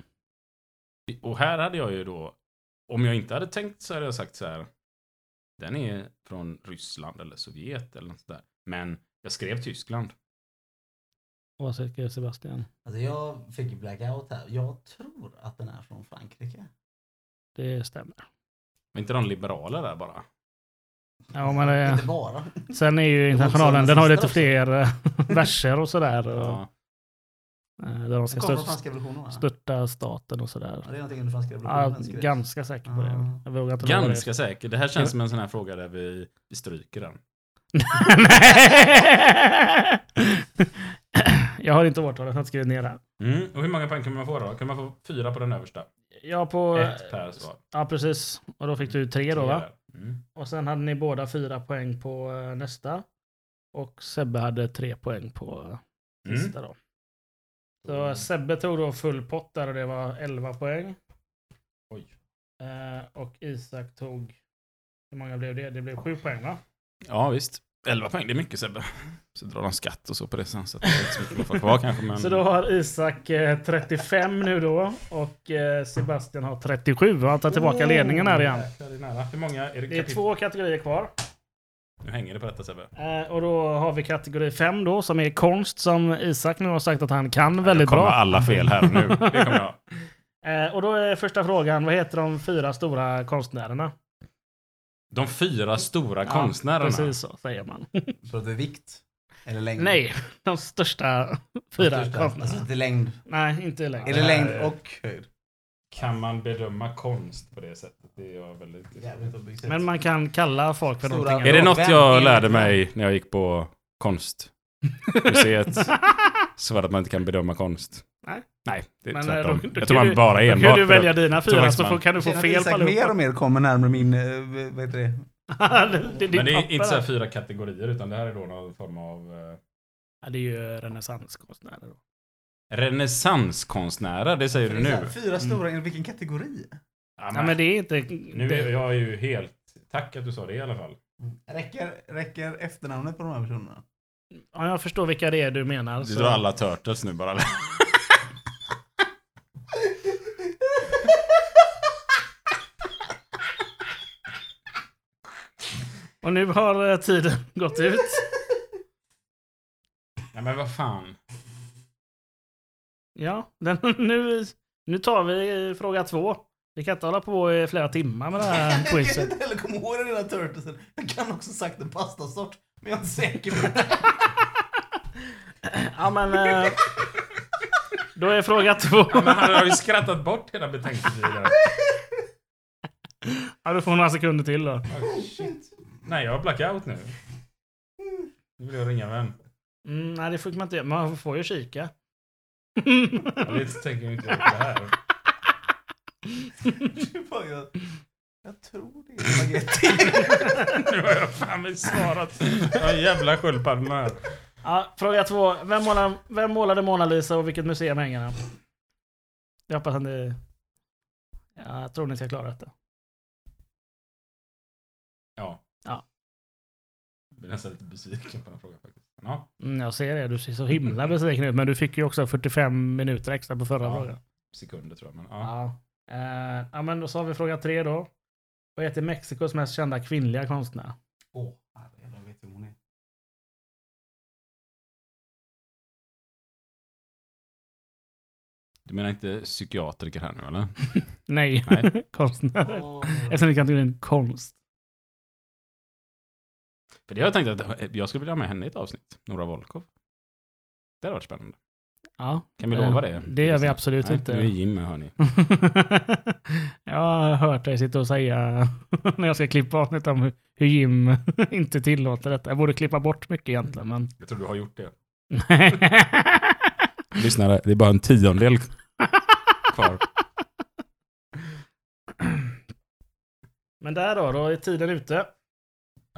A: Och här hade jag ju då, om jag inte hade tänkt så hade jag sagt så här. Den är från Ryssland eller Sovjet eller något sådär. Men jag skrev Tyskland.
H: Vad tycker Sebastian?
F: Alltså jag fick blackout här. Jag tror att den är från Frankrike.
H: Det stämmer.
A: Var inte de liberala där bara?
H: Ja, men det,
F: Inte bara.
H: sen är ju internationalen, den har lite fler eh, verser och sådär. Och,
A: Ja.
H: eh, Där de
F: Den
H: ska
F: kommer från
H: stört,
F: franska revolutionen va?
H: störta staten och sådär.
F: Ja, det är någonting under franska
H: Ja,
F: revolutionen. skrev.
H: ganska säker på det.
F: Ja.
H: Jag vågar inte lova det.
A: Ganska säker. Det här känns som en sån här fråga där vi, vi stryker den.
H: Nej! Jag har inte årtalet, jag har inte skrivit ner det.
A: Mm. Och hur många poäng kan man få då? Kan man få fyra på den översta?
H: Jag på...
A: Ett per svar.
H: Ja, precis. Och då fick du eh, tre då va?
A: Mm.
H: Och sen hade ni båda fyra poäng på eh, nästa. Och Sebbe hade tre poäng på eh,
A: Mm.
H: sista då. Så Sebbe tog då full pott där och det var 11 poäng.
A: Oj.
H: Eh, och Isak tog... Hur många blev det? Det blev 7 poäng va?
A: Ja visst. Elva poäng, det är mycket Sebbe. Så drar de skatt och så på det sen. Så att det är inte så mycket man får kvar kanske. Men...
H: Så då har Isak eh, 35 nu då och eh, Sebastian har 37. Han tar tillbaka ledningen här igen.
A: Jäklar, det är nära. Hur många är det?
H: Det är två kategorier kvar.
A: Nu hänger det på detta Sebbe.
H: Eh, och då har vi kategori 5 då som är konst som Isak nu har sagt att han kan väldigt
A: jag kommer
H: bra.
A: ha alla fel här och nu. Det kommer jag. ha.
H: Eh, och då är första frågan, vad heter de fyra stora konstnärerna?
A: De fyra stora
H: Ja,
A: konstnärerna.
H: Precis så säger man.
F: Pratar vi vikt? Eller längd?
H: Nej, de största fyra
F: Största. Alltså
H: konstnärerna.
F: inte längd.
H: Nej, inte längre.
F: Är det längd och höjd?
A: Kan man bedöma konst på det sättet? Det är jag väldigt...
F: Jävligt objektivt.
H: Men man kan kalla folk för
F: Stora-
H: någonting.
A: Är det
H: ändå.
A: något
F: Vem
A: jag
F: är-
A: lärde mig när jag gick på konstmuseet? så var det att man inte kan bedöma konst.
H: Nej.
A: Nej, det är
H: Men, eh,
A: tvärtom.
H: då- då
A: jag
H: kan
A: tror man
H: du-
A: bara
H: Då kan
A: enbart...
H: du välja dina
A: tror
H: fyra
A: faktiskt
H: så
A: man-
H: får- kan du få
F: Känner att
H: fel på
F: Isak mer
H: allihopa.
F: och mer kommer närmare min, eh, vad heter det?
H: det, det, är ditt
A: Men det är
H: papper
A: inte så här
H: där.
A: fyra kategorier, utan det här är då någon form av... eh,
H: Ja, det är ju renässanskonstnärer. då.
A: Renässanskonstnärer, det säger du nu.
F: Fyra stora, mm. vilken kategori?
A: Ja,
H: Nej, men det är inte...
A: nu
H: det,
A: är, jag är ju helt... Tack att du sa det i alla fall.
F: Räcker, räcker efternamnet på de här personerna?
H: ja, jag förstår vilka det är du menar.
A: Du
H: så-
A: drar alla Turtles nu bara.
H: Och nu har eh, tiden gått ut.
A: Nej men vad fan.
H: Ja, den, nu, nu tar vi eh, fråga två. Vi kan inte hålla på i flera timmar med det här
F: Jag kan
H: quizet.
F: inte heller komma ihåg den där turtlesen. Jag kan också sagt en pastasort, men jag är inte säker på det.
H: Ja, men... eh, Då är fråga två.
A: Men han har ju skrattat bort hela betänketiden.
H: Ja, du får några sekunder till då.
A: Oh, shit. Nej, jag har blackout nu. Nu vill jag ringa en vän.
H: Mm, nej, det får man inte göra. Man får ju kika.
A: Jag vet, tänker ju inte på det här.
F: Fan, jag, jag tror det är spagetti.
A: Nu har jag fan mig svarat. Jag har en jävla sköldpadda här.
H: Ja, fråga två. Vem målade, vem målade Mona Lisa och vilket museum hänger den? Jag hoppas att ni... Ja, jag tror ni ska klara detta.
A: Ja.
H: Ja.
A: Jag blir nästan lite besviken på den frågan faktiskt. Ja,
H: Mm, jag ser det. Du ser så himla besviken ut. Men du fick ju också 45 minuter extra på förra
A: Ja.
H: frågan.
A: sekunder tror jag. Men, ja.
H: Ja. Eh, ja, men då så har vi fråga tre då. Vad heter Mexikos mest kända kvinnliga konstnär?
F: Åh, herregud, jag vet hur hon är.
A: Du menar inte psykiatriker här nu eller?
H: Nej,
A: Nej.
H: konstnär.
F: Åh.
H: Eftersom det kan inte en konst.
A: För det har jag tänkt att eh, jag skulle vilja ha med henne i ett avsnitt. Nora Volkov. Det hade varit spännande.
H: Ja,
A: Kan vi lova
H: Eh,
A: det?
H: Det gör vi absolut
A: Nej,
H: inte.
A: Nu är Jim med hörni.
H: jag har hört dig sitta och säga när jag ska klippa avsnitt om hur- hur Jim inte tillåter detta. Jag borde klippa bort mycket egentligen, men...
A: Jag tror du har gjort det. Lyssnare, det är bara en tiondel kvar.
H: men där då, då är tiden ute.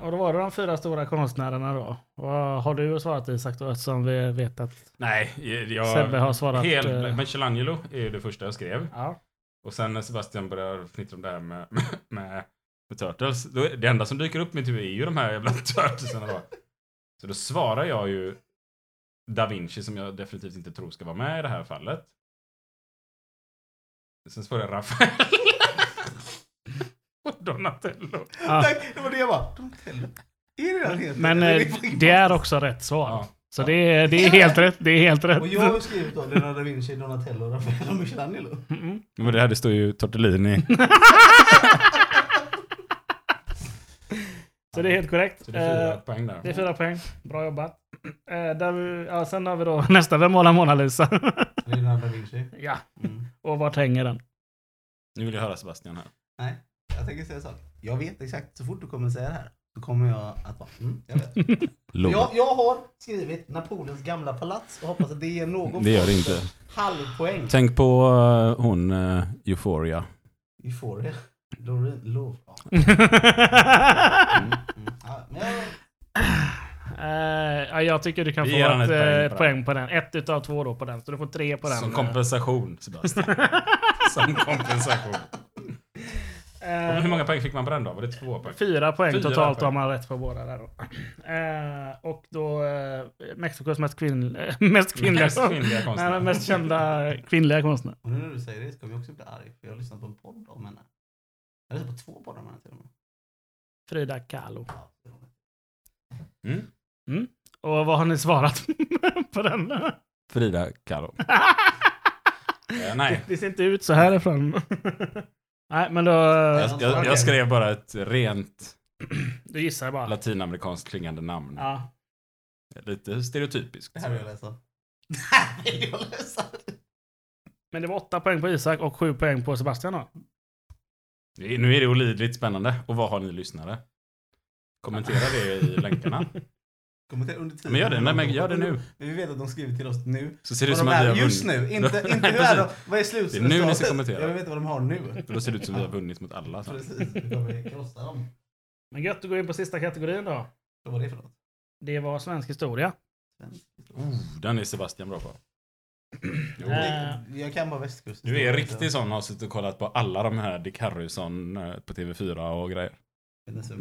H: Och då var det de fyra stora konstnärerna då. Vad har du svarat Isak då, eftersom vi vet att
A: Nej, jag...
H: Sebbe har svarat...
A: Helt,
H: eh,
A: Michelangelo är ju det första jag skrev.
H: ja.
A: Och sen när Sebastian börjar fnittra om det här med, med, med, med Turtles. Då, är- det enda som dyker upp i mitt huvud är ju de här jävla Turtlesarna bara. Så då svarar jag ju Da Vinci som jag definitivt inte tror ska vara med i det här fallet. Sen svarar jag Rafael. Och Donatello.
H: Ja.
F: Tack, det var det jag var. Donatello. Är det den heter?
H: Men
F: Eller
H: eh,
F: är det-
H: det är också rätt svar.
A: Ja.
H: Så det är, det är helt rätt. Det är helt rätt.
F: Och jag har ju skrivit då Leonardo da Vinci, Donatello, Raffaello och Michelangelo.
H: Mm.
A: Men det här det står ju Tortellini.
H: Så det är helt korrekt.
A: Så det är fyra
H: Eh,
A: poäng där.
H: Det är fyra poäng. Bra jobbat. Eh, där vi, ja, sen har vi då nästa. Vem målar Mona Lisa?
F: Leonardo da Vinci.
H: ja.
F: Mm.
H: Och vart hänger den?
A: Nu vill jag höra Sebastian här.
F: Nej, jag tänker säga en sak. Jag vet exakt, så fort du kommer säga det här, då kommer jag att vara, mm, jag vet. Jag, jag har skrivit Napoleons gamla palats och hoppas att det ger någon
A: Det gör det inte.
F: form av halvpoäng.
A: Tänk på eh, hon eh, Euphoria.
F: Vi får det. Doreen Love. Ja. Mm, mm. Ja, men jag,
H: Eh, ja, jag tycker du kan
A: Vi
H: få
A: ger han
H: ett,
A: ett poäng
H: eh,
A: på
H: poäng på den. Ett utav två då på den. Så du får tre på den. eh,
A: Som kompensation, Sebastian. Som kompensation.
H: Eh,
A: Hur många poäng fick man på den då? Var det två poäng?
H: Fyra poäng
A: Fyra
H: totalt
A: poäng.
H: om man har rätt på båda där då. Eh, och då eh, Mexikos mest, kvinn, eh, mest kvinnliga,
A: Mest kvinnliga konstnär.
H: Nej, men mest kända kvinnliga konstnär.
F: och nu när du säger det så kommer jag också bli arg, för jag har lyssnat på en podd om henne. Jag har lyssnat på två poddar om henne till och med.
H: Frida Kahlo.
F: Ja, det är hon.
A: Mm.
H: Och vad har ni svarat på den?
A: Frida Kahlo. Eh, nej,
H: Det ser inte ut så härifrån. Nej, men då...
A: jag, jag,
H: Okej,
A: jag skrev bara ett rent
H: Du gissar jag bara.
A: latinamerikanskt klingande namn.
H: Ja.
A: Lite stereotypiskt.
F: Det här vill jag läsa. Det här vill jag läsa.
H: Men det var åtta poäng på Isak och sju poäng på Sebastian då.
A: Det är- Nu är det olidligt spännande. Och vad har ni lyssnare? Kommentera det i länkarna.
F: Kommentera under tiden.
A: Men gör det, nej, men gör det nu.
F: Men vi vet att de skriver till oss nu.
A: Så ser det ut
F: Vad
A: som
F: de
A: att vi
F: är
A: har
F: just
A: vunnit.
F: nu. Inte, inte hur är de, vad är slutresultatet?
A: Det är nu ni ska kommentera.
F: Jag vill veta vad de har nu.
A: För då ser det ut som att vi har vunnit mot alla. Så.
F: Precis, vi kommer krossa dem.
H: Men gött att gå in på sista kategorin då.
F: Vad var det för något?
H: Det var svensk historia.
A: Oh, den är Sebastian bra på. Jo. Eh.
F: Det- Jag kan bara västkusten.
A: Du är riktigt sån har suttit och kollat på alla de här Dick Harrison eh, på TV4 och grejer.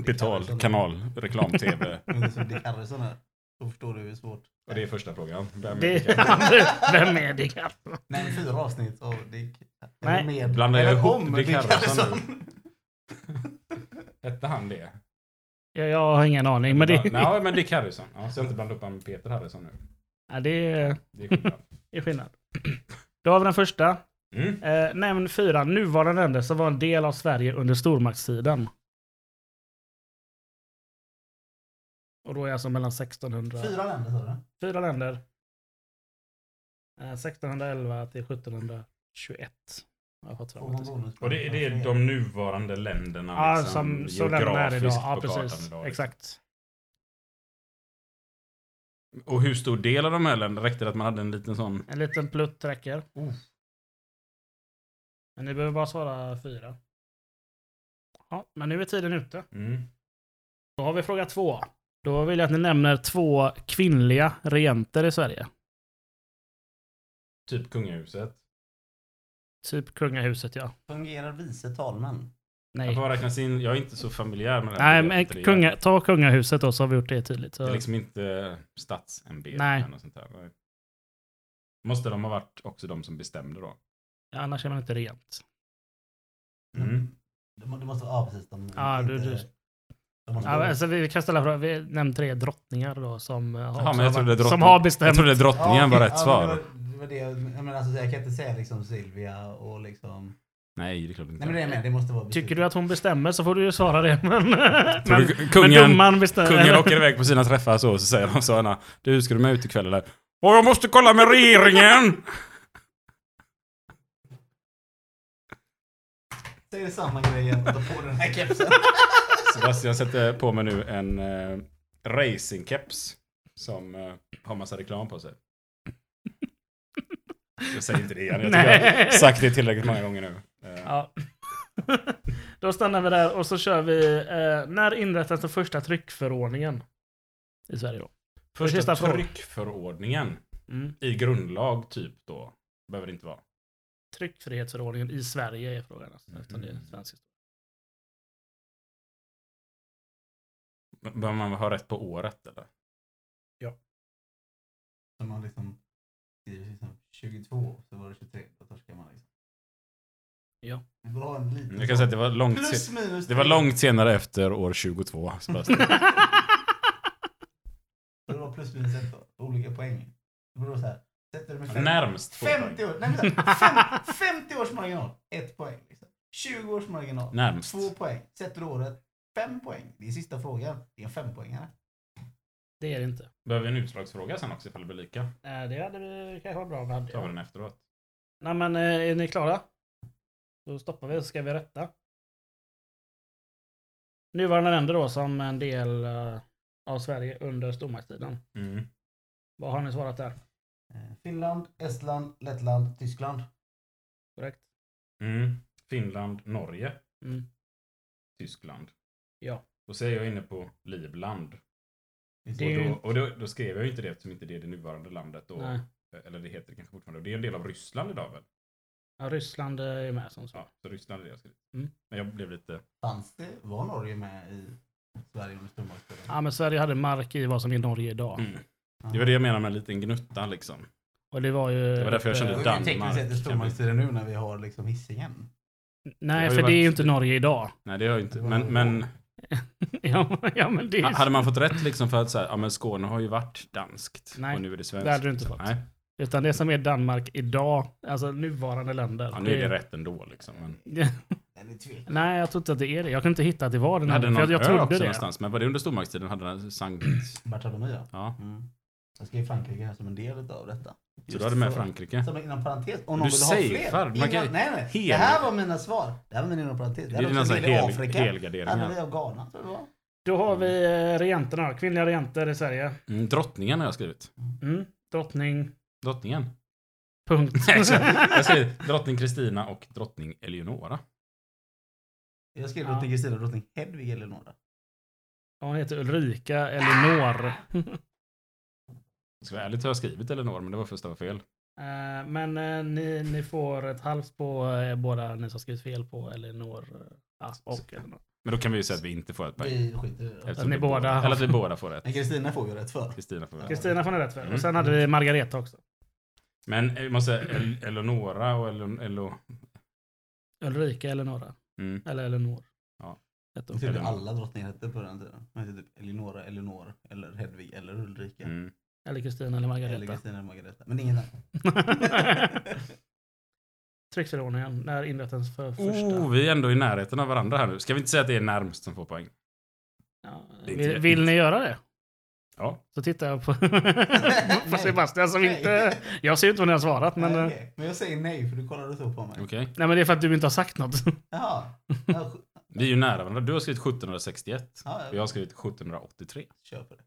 A: Betald kanal, reklam-TV.
F: Men som Dick Harrison är. Då förstår du hur svårt.
A: Och det är första frågan. Vem är
H: Det,
A: Dick Harrison?
H: vem är Dick Harrison?
F: Nej, men fyra avsnitt av Dick.
H: Nej.
F: eller Med.
A: Blandar jag
F: eller
A: ihop
F: om
A: Dick Harrison Hette han det?
H: Jag, jag har ingen aning. Men
A: Ja,
H: det,
A: nej, men Dick Harrison. Ja, så jag inte blandar upp honom med Peter Harrison nu.
H: ja, det är-
A: Det är skillnad.
H: det är skillnad. Då har vi den första.
A: Mm.
H: Eh, nämn fyra nuvarande länder som var en del av Sverige under stormaktstiden. Och då är jag alltså mellan 1600...
F: Fyra länder sa du?
H: fyra länder. Eh, 1611 till 1721. Jag har fått fram
F: Får man
H: att det
F: bonus på
A: Och det, det är de nuvarande länderna
H: Ja,
A: liksom,
H: som, som länderna är idag.
A: geografiskt
H: Ja,
A: på kartan
H: precis.
A: idag, liksom.
H: Exakt.
A: Och hur stor del av de här länderna räckte det att man hade en liten sån?
H: En liten plutt räcker.
A: Oh.
H: Men ni behöver bara svara fyra. Ja, men nu är tiden ute.
A: Mm.
H: Då har vi fråga två. Då vill jag att ni nämner två kvinnliga regenter i Sverige.
A: Typ kungahuset.
H: Typ kungahuset, ja.
F: Fungerar vice talmän?
A: Jag
H: Nej.
A: får räknas in. Jag är inte så familjär med det
H: Nej,
A: här
H: men
A: begreppet.
H: kunga, ta kungahuset då så har vi gjort det tydligt.
A: Det
H: Så.
A: är liksom inte statsämbeten
H: Nej.
A: eller något sånt där. Nej. Måste de ha varit också de som bestämde då?
H: Ja, annars är man inte regent.
A: Mm.
F: Det må- det måste vara, ja precis. De,
H: Ja, du-
F: inte-
H: du-
F: de måste
H: Ja,
F: vara-
H: alltså, vi kan ställa frågan, vi nämner tre drottningar då som, eh, har-
A: Jaha, men
H: som,
A: jag trodde
H: har-
A: drottning,
H: som har
A: Jag
H: bestämt.
A: trodde drottningen var
F: okej.
A: rätt
F: men
A: svar.
F: Det var, det var det jag, jag menar alltså, jag kan inte säga liksom Silvia och liksom...
A: Nej, det är klart inte.
F: Nej men det är med, det måste vara... beslut.
H: Tycker du att hon bestämmer så får du ju svara det. Men,
A: Tror
H: men,
A: du kungen,
H: men domaren bestämmer.
A: kungen åker iväg på sina träffar så, så säger de så här, Du, ska du med ut ikväll eller? Åh, jag måste kolla med regeringen!
F: Säger samma grej igen och tar på den här kepsen.
A: Sebastian sätter på mig nu en eh, racingkeps som eh, har massa reklam på sig. Jag säger inte det igen. Jag tycker jag har
H: Nej.
A: sagt det tillräckligt många gånger nu. Eh,
H: Ja. Då stannar vi där och så kör vi. Eh, när inrättas den första tryckförordningen? I Sverige då.
A: första
H: sista fråga.
A: tryckförordningen
H: Mm.
A: i grundlag typ då. Behöver det inte vara.
H: Tryckfrihetsförordningen i Sverige är frågan. Alltså, eftersom det är svensk historia.
A: Men Behöver man ha rätt på året eller?
F: Så man liksom skriver liksom 22 så var det 23, då torskar man liksom.
H: Ja.
F: Det var en liten...
A: Jag kan säga att det var långt,
F: Plus
A: se-
F: minus
A: det var
F: tre.
A: långt senare efter år 22. Sebastian.
F: Det var plus minus ett då. Olika poäng. Det var så här. Sätter du med fem,
A: Närmst två poäng.
F: 50 år, nej, men så här, fem, 50 års marginal, ett poäng. Liksom. 20 års marginal,
A: Närmst.
F: två poäng. Sätter du året, fem poäng. Det är sista frågan. Det är en fempoängare.
H: Det är det inte.
A: Behöver vi en utslagsfråga sen också ifall det blir lika?
H: Eh, det hade vi kanske varit bra om vi
A: Tar vi
H: hade.
A: den efteråt.
H: Nej men eh, är ni klara? Då stoppar vi så ska vi rätta. Nuvarande länder då som en del eh, av Sverige under stormaktstiden.
A: Mm.
H: Vad har ni svarat där?
F: Eh, Finland, Estland, Lettland, Tyskland.
H: Korrekt?
A: Mm. Finland, Norge,
H: Mm.
A: Tyskland.
H: Ja.
A: Och så är jag inne på Livland.
F: Finns
H: Det är
A: Och,
H: ju
A: då,
H: inte-
A: och då, då skrev jag ju inte det eftersom inte det är det nuvarande landet. Då,
H: Mm. Nej.
A: eller det heter det kanske fortfarande. Och det är en del av Ryssland idag väl?
H: Ja, Ryssland eh, är med som svar.
A: Ja, så Ryssland är det jag skrev.
H: Mm.
A: Men jag blev lite...
F: Fanns det, var Norge med i Sverige under stormaktstiden?
H: Ja, men Sverige hade mark i vad som är Norge idag.
A: Mm. Det var det jag menade med en liten gnutta liksom.
H: Och det var ju... eh, Det
A: var därför jag kände
F: Det
A: att-
F: var ju tekniskt sett i
A: Danmark.
F: stormaktstiden nu när vi har liksom Hisingen.
A: Det
H: Nej,
A: har ju
H: för det är ju
A: varit-
H: inte Norge idag.
A: Nej, det har jag ju inte. Men, men
H: ja, ja, men det är...
A: ha- hade man fått rätt liksom för att så här, ja men Skåne har ju varit danskt.
H: Nej,
A: Och nu är det svenskt.
H: det hade du inte
A: Så,
H: fått.
A: Nej,
H: Utan det som är Danmark idag, alltså nuvarande länder.
A: ja, nu är det rätt ändå liksom. Men...
H: Mm,
F: Eller tvek.
H: Nej, jag tror inte att det är det. Jag kunde inte hitta att det var den
A: Den
H: här.
A: hade
H: För jag,
A: någon
H: jag
A: ö
H: trodde
A: också
H: det.
A: någonstans. Men var det under stormaktstiden? Hade den Sankt...
F: Bartolomé ja.
A: Ja.
F: Mm. Jag skrev Frankrike här som en del av detta.
A: Så du hade med Frankrike?
F: Som en inom parentes. Om
A: Du
F: någon vill ha
A: safear.
F: fler.
A: Man
F: Innan,
A: kan-
F: nej, nej. Det
A: hel-
F: här var mina svar. Det här var min inom parentes.
A: Det är dina sån här hel-
F: Afrika.
A: helgarderingar.
F: Hade vi av Ghana tror jag det var.
H: Då har vi eh, regenterna, kvinnliga regenter i Sverige.
A: Mm, drottningen har jag skrivit.
H: Mm. Drottning...
A: Drottningen.
H: Punkt.
A: Jag har skrivit drottning Kristina och drottning Eleonora.
F: Jag skrev
H: Ja.
F: drottning Kristina och drottning Hedvig Eleonora.
H: Ja, Hon heter Ulrika Elinor.
A: Jag ska vara ärlig så har jag skrivit Eleonora, men det var första var fel.
H: Eh, Men eh, ni, ni får ett halvt på eh, båda ni som skrivit fel på Elinor eh, Asp och Elinor.
A: Men då kan vi ju säga att vi inte får ett poäng.
F: Vi skiter i det.
A: Eftersom
H: ni
A: vi
H: båda har-
A: Eller att vi båda får rätt.
F: Men Kristina får ju rätt för.
A: Kristina får rätt.
H: Kristina får ni rätt för.
A: Mm.
H: Och sen hade vi Margareta också.
A: Men eh, vi måste säga El- Eleonora och Ele- Elo...
H: Ulrika Elinora.
A: Mm.
H: Eller Elinor.
A: Ja.
H: Hette
F: Jag
H: hon.
F: tyckte
A: Eleonora.
F: alla drottningar hette på den tiden. Man hette typ Elinora, Eleonor, eller Hedvig, eller Ulrika.
A: Mm.
H: Eller Kristina eller
F: Eller
H: Margareta.
F: Kristina eller Margareta. Men ingen annan.
H: Tryckförordningen. När inrättades för första.
A: Oh, vi är ändå i närheten av varandra här nu. Ska vi inte säga att det är närmst som får poäng?
H: Ja.
A: Det är
H: Vill,
A: inte-
H: vill ni göra det?
A: Ja.
H: Så tittar jag på, på
F: Nej.
H: Sebastian som
F: Nej.
H: inte... Jag ser ju inte vad ni har svarat men...
F: Nej,
H: eh,
F: okej. Men jag säger nej för du kollade så på mig.
A: Okej.
H: Nej men det är för att du inte har sagt något.
F: Jaha. Ja, sj-
A: Vi är ju nära varandra. Du har skrivit 1761
F: ja,
A: och jag har skrivit 1783.
F: kör på det.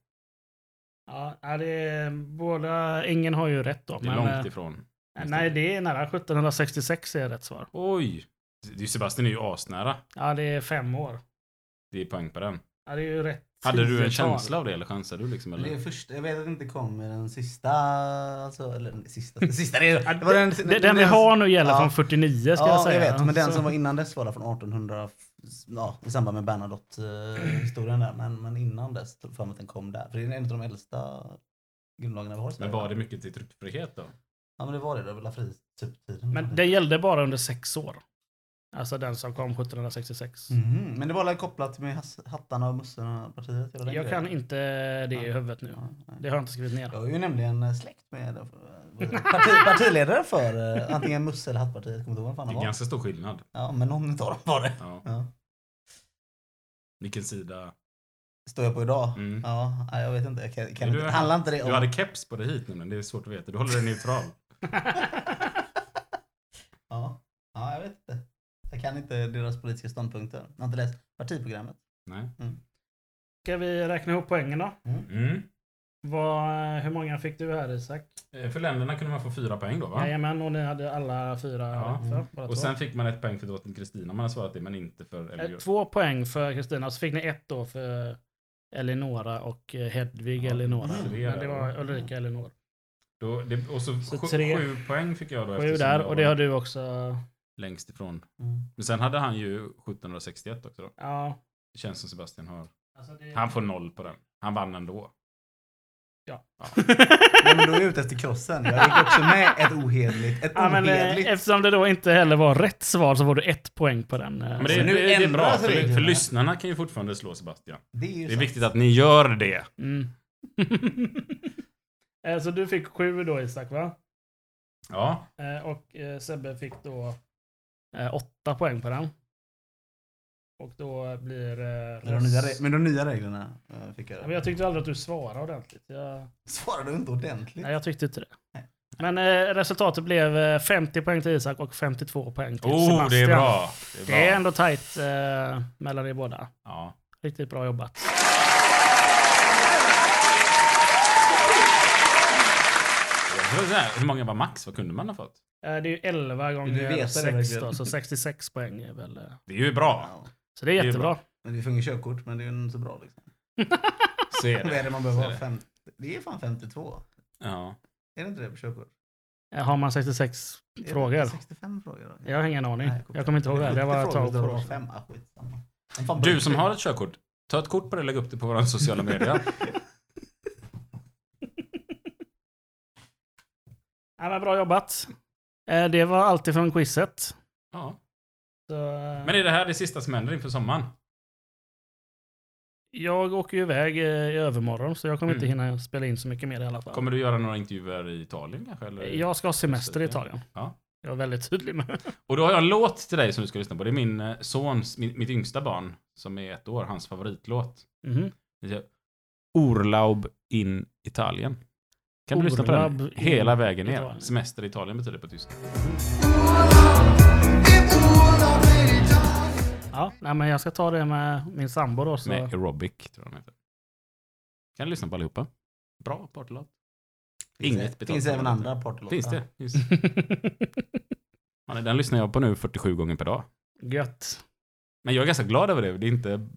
H: Ja, ja, det är, båda, ingen har ju rätt då.
A: Det är
H: men,
A: långt
H: eh,
A: ifrån.
H: Nej, det är nära. 1766 är rätt svar.
A: Oj! Det är- Sebastian är ju asnära.
H: Ja, det är fem år.
A: Det är poäng på den.
H: Ja, det är ju rätt.
A: Hade du en
H: tiotal.
A: känsla av det eller chansade du liksom?
F: Det är
A: Eller?
F: första, jag vet att det inte kom i den sista, alltså, eller den sista, den sista det, är- det var den,
H: Den, den vi har nu gäller
F: Ja.
H: från 49 ska
F: ja,
H: jag säga.
F: jag vet. Men den
H: Så-
F: som var innan dess var där från 1800, ja, i samband med Bernadotte-historien där. Men, men innan dess tror jag fan att den kom där. För det är en av de äldsta grundlagarna vi har i Sverige.
A: Men var det mycket till tryckfrihet då?
F: Ja men det var det, det var väl fri typ tiden.
H: Men det gällde bara under sex år. Alltså den som kom 1766.
F: Mhm, Men det var väl kopplat med has- hattarna och mössorna-partiet? hela den
H: Jag
F: grejen.
H: kan inte det i huvudet nu.
F: Ja, nej.
H: Det har jag inte skrivit ner.
F: Jag är ju nämligen eh, släkt med eh, parti, partiledare för eh, antingen Musse eller Hattpartiet, kommer inte ihåg vem fan
A: Det
F: han
A: är
F: var.
A: ganska stor skillnad.
F: Ja, men någon utav dem var det.
A: Ja.
F: Ja.
A: Vilken sida?
F: Står jag på idag?
A: Mm.
F: Ja, nej, jag vet inte. Jag kan, kan
A: Du-
F: inte handlar inte det om...
A: Du hade keps på dig hit nämligen. Det är svårt att veta. Du håller dig neutral.
F: ja. ja, jag vet inte. Jag kan inte deras politiska ståndpunkter. Jag har inte läst partiprogrammet.
A: Nej.
H: Ska vi räkna ihop poängen då?
A: Mm.
H: Vad, hur många fick du här Isak?
A: Eh, För länderna kunde man få fyra poäng då va?
H: Jajamän, och ni hade alla fyra
A: Ja.
H: rätt för. båda
A: Och
H: två.
A: sen fick man ett poäng för drottning Kristina om man har svarat det, men inte för
H: Eh,
A: Eleonora.
H: Två poäng för Kristina, så fick ni ett då för Elinora och eh, Hedvig Elinora.
A: tre
H: Men det var
A: där.
H: Ulrika Elinor.
A: Då, det, och så,
H: Så
A: sju,
H: tre.
A: sju poäng fick jag då.
H: Sju
A: eftersom
H: där,
A: jag
H: och det
A: var
H: har du också.
A: Längst ifrån.
F: Mm.
A: Men sen hade han ju 1761 också då.
H: Ja.
A: Det känns som Sebastian har.
H: Alltså det...
A: Han får noll på den. Han vann ändå.
F: Nej, men då är jag ute efter krossen. Jag gick också med ett ohederligt. Ett
H: Ja, men,
F: ohederligt.
H: eh, eftersom det då inte heller var rätt svar så får du ett poäng på den. eh.
A: Men det,
F: Så nu
A: det, det är bra,
F: ändras
A: för,
F: reglerna.
A: för lyssnarna kan ju fortfarande slå Sebastian.
F: det är ju
A: Det är
F: sant.
A: viktigt att ni gör det.
H: Mm. Eh, så du fick sju då Isak va?
A: Ja,
H: Eh, Och eh, Sebbe fick då eh, åtta poäng på den. Och då blir... eh,
F: Men de nya, re- men de nya reglerna eh, fick
H: Ja,
F: jag.
H: Men jag tyckte aldrig att du svarade ordentligt. Jag...
F: Svarade du inte ordentligt?
H: Nej, jag tyckte inte det. Men eh, resultatet blev eh, 50 poäng till Isak och 52 poäng till
A: Oh,
H: Sebastian.
A: det är bra. Det är, bra.
H: Det är ändå tajt eh, mellan er båda.
A: Ja.
H: Riktigt bra jobbat.
A: Det var så här, Hur många var max? Vad kunde man ha fått?
H: Eh, det är ju 11
F: Du
H: gånger
F: vet,
H: 6 då,
F: verkligen.
H: så 66 poäng är väl... eh,
A: Det är ju bra.
F: Ja.
H: Så det är
A: Det är
H: jättebra.
F: Men det funkar körkort, men det är ju inte så bra. Liksom.
A: Så är
F: Vad är
A: det.
F: det man behöver
A: Så är
F: ha?
A: det.
F: Fem... Det är fan 52.
A: Ja.
F: Är det inte det på körkort?
H: Eh, Har man 66
F: Är det
H: frågor?
F: 65 frågor? då?
H: Jag har ingen aning.
F: Nej,
H: jag kommer inte ihåg det. här. Det var ett
F: frågor,
H: tag
F: det var
H: på
F: fem. Ah, skitsamma. Men fan,
A: Du
F: bryr
A: som
F: dig.
A: har ett körkort, ta ett kort på det och lägg upp det på våra sociala medier.
H: ja, men Bra jobbat. Eh, det var allt ifrån quizet.
A: Ja.
H: Så, eh,
A: Men är det här det sista som händer inför sommaren?
H: Jag åker ju iväg eh, i övermorgon så jag kommer
A: Mm.
H: inte hinna spela in så mycket mer i alla fall.
A: Kommer du göra några intervjuer i Italien kanske? Eller?
H: Jag ska ha semester i Italien.
A: Ja.
H: Jag är väldigt tydlig med
A: Och då har jag en låt till dig som du ska lyssna på. Det är min eh, sons, min, mitt yngsta barn, som är ett år, hans favoritlåt.
H: Mhm.
A: Det är Orlaub in Italien. Kan du lyssna på den?
H: Orlaub in
A: Hela vägen ner.
H: Italien.
A: Semester i Italien betyder det på tyska.
H: Ja, nej, men jag ska ta det med min sambo då. Så.
A: Med aerobic, tror jag de heter. Kan du lyssna på allihopa? Bra partylåt.
F: Finns
A: Inget
F: det-
A: betalt
F: Finns
A: för
F: även
A: det.
F: andra partylåtar.
A: Finns det? Finns. Man, den lyssnar jag på nu 47 gånger per dag.
H: Gött.
A: Men jag är ganska glad över det. Det är inte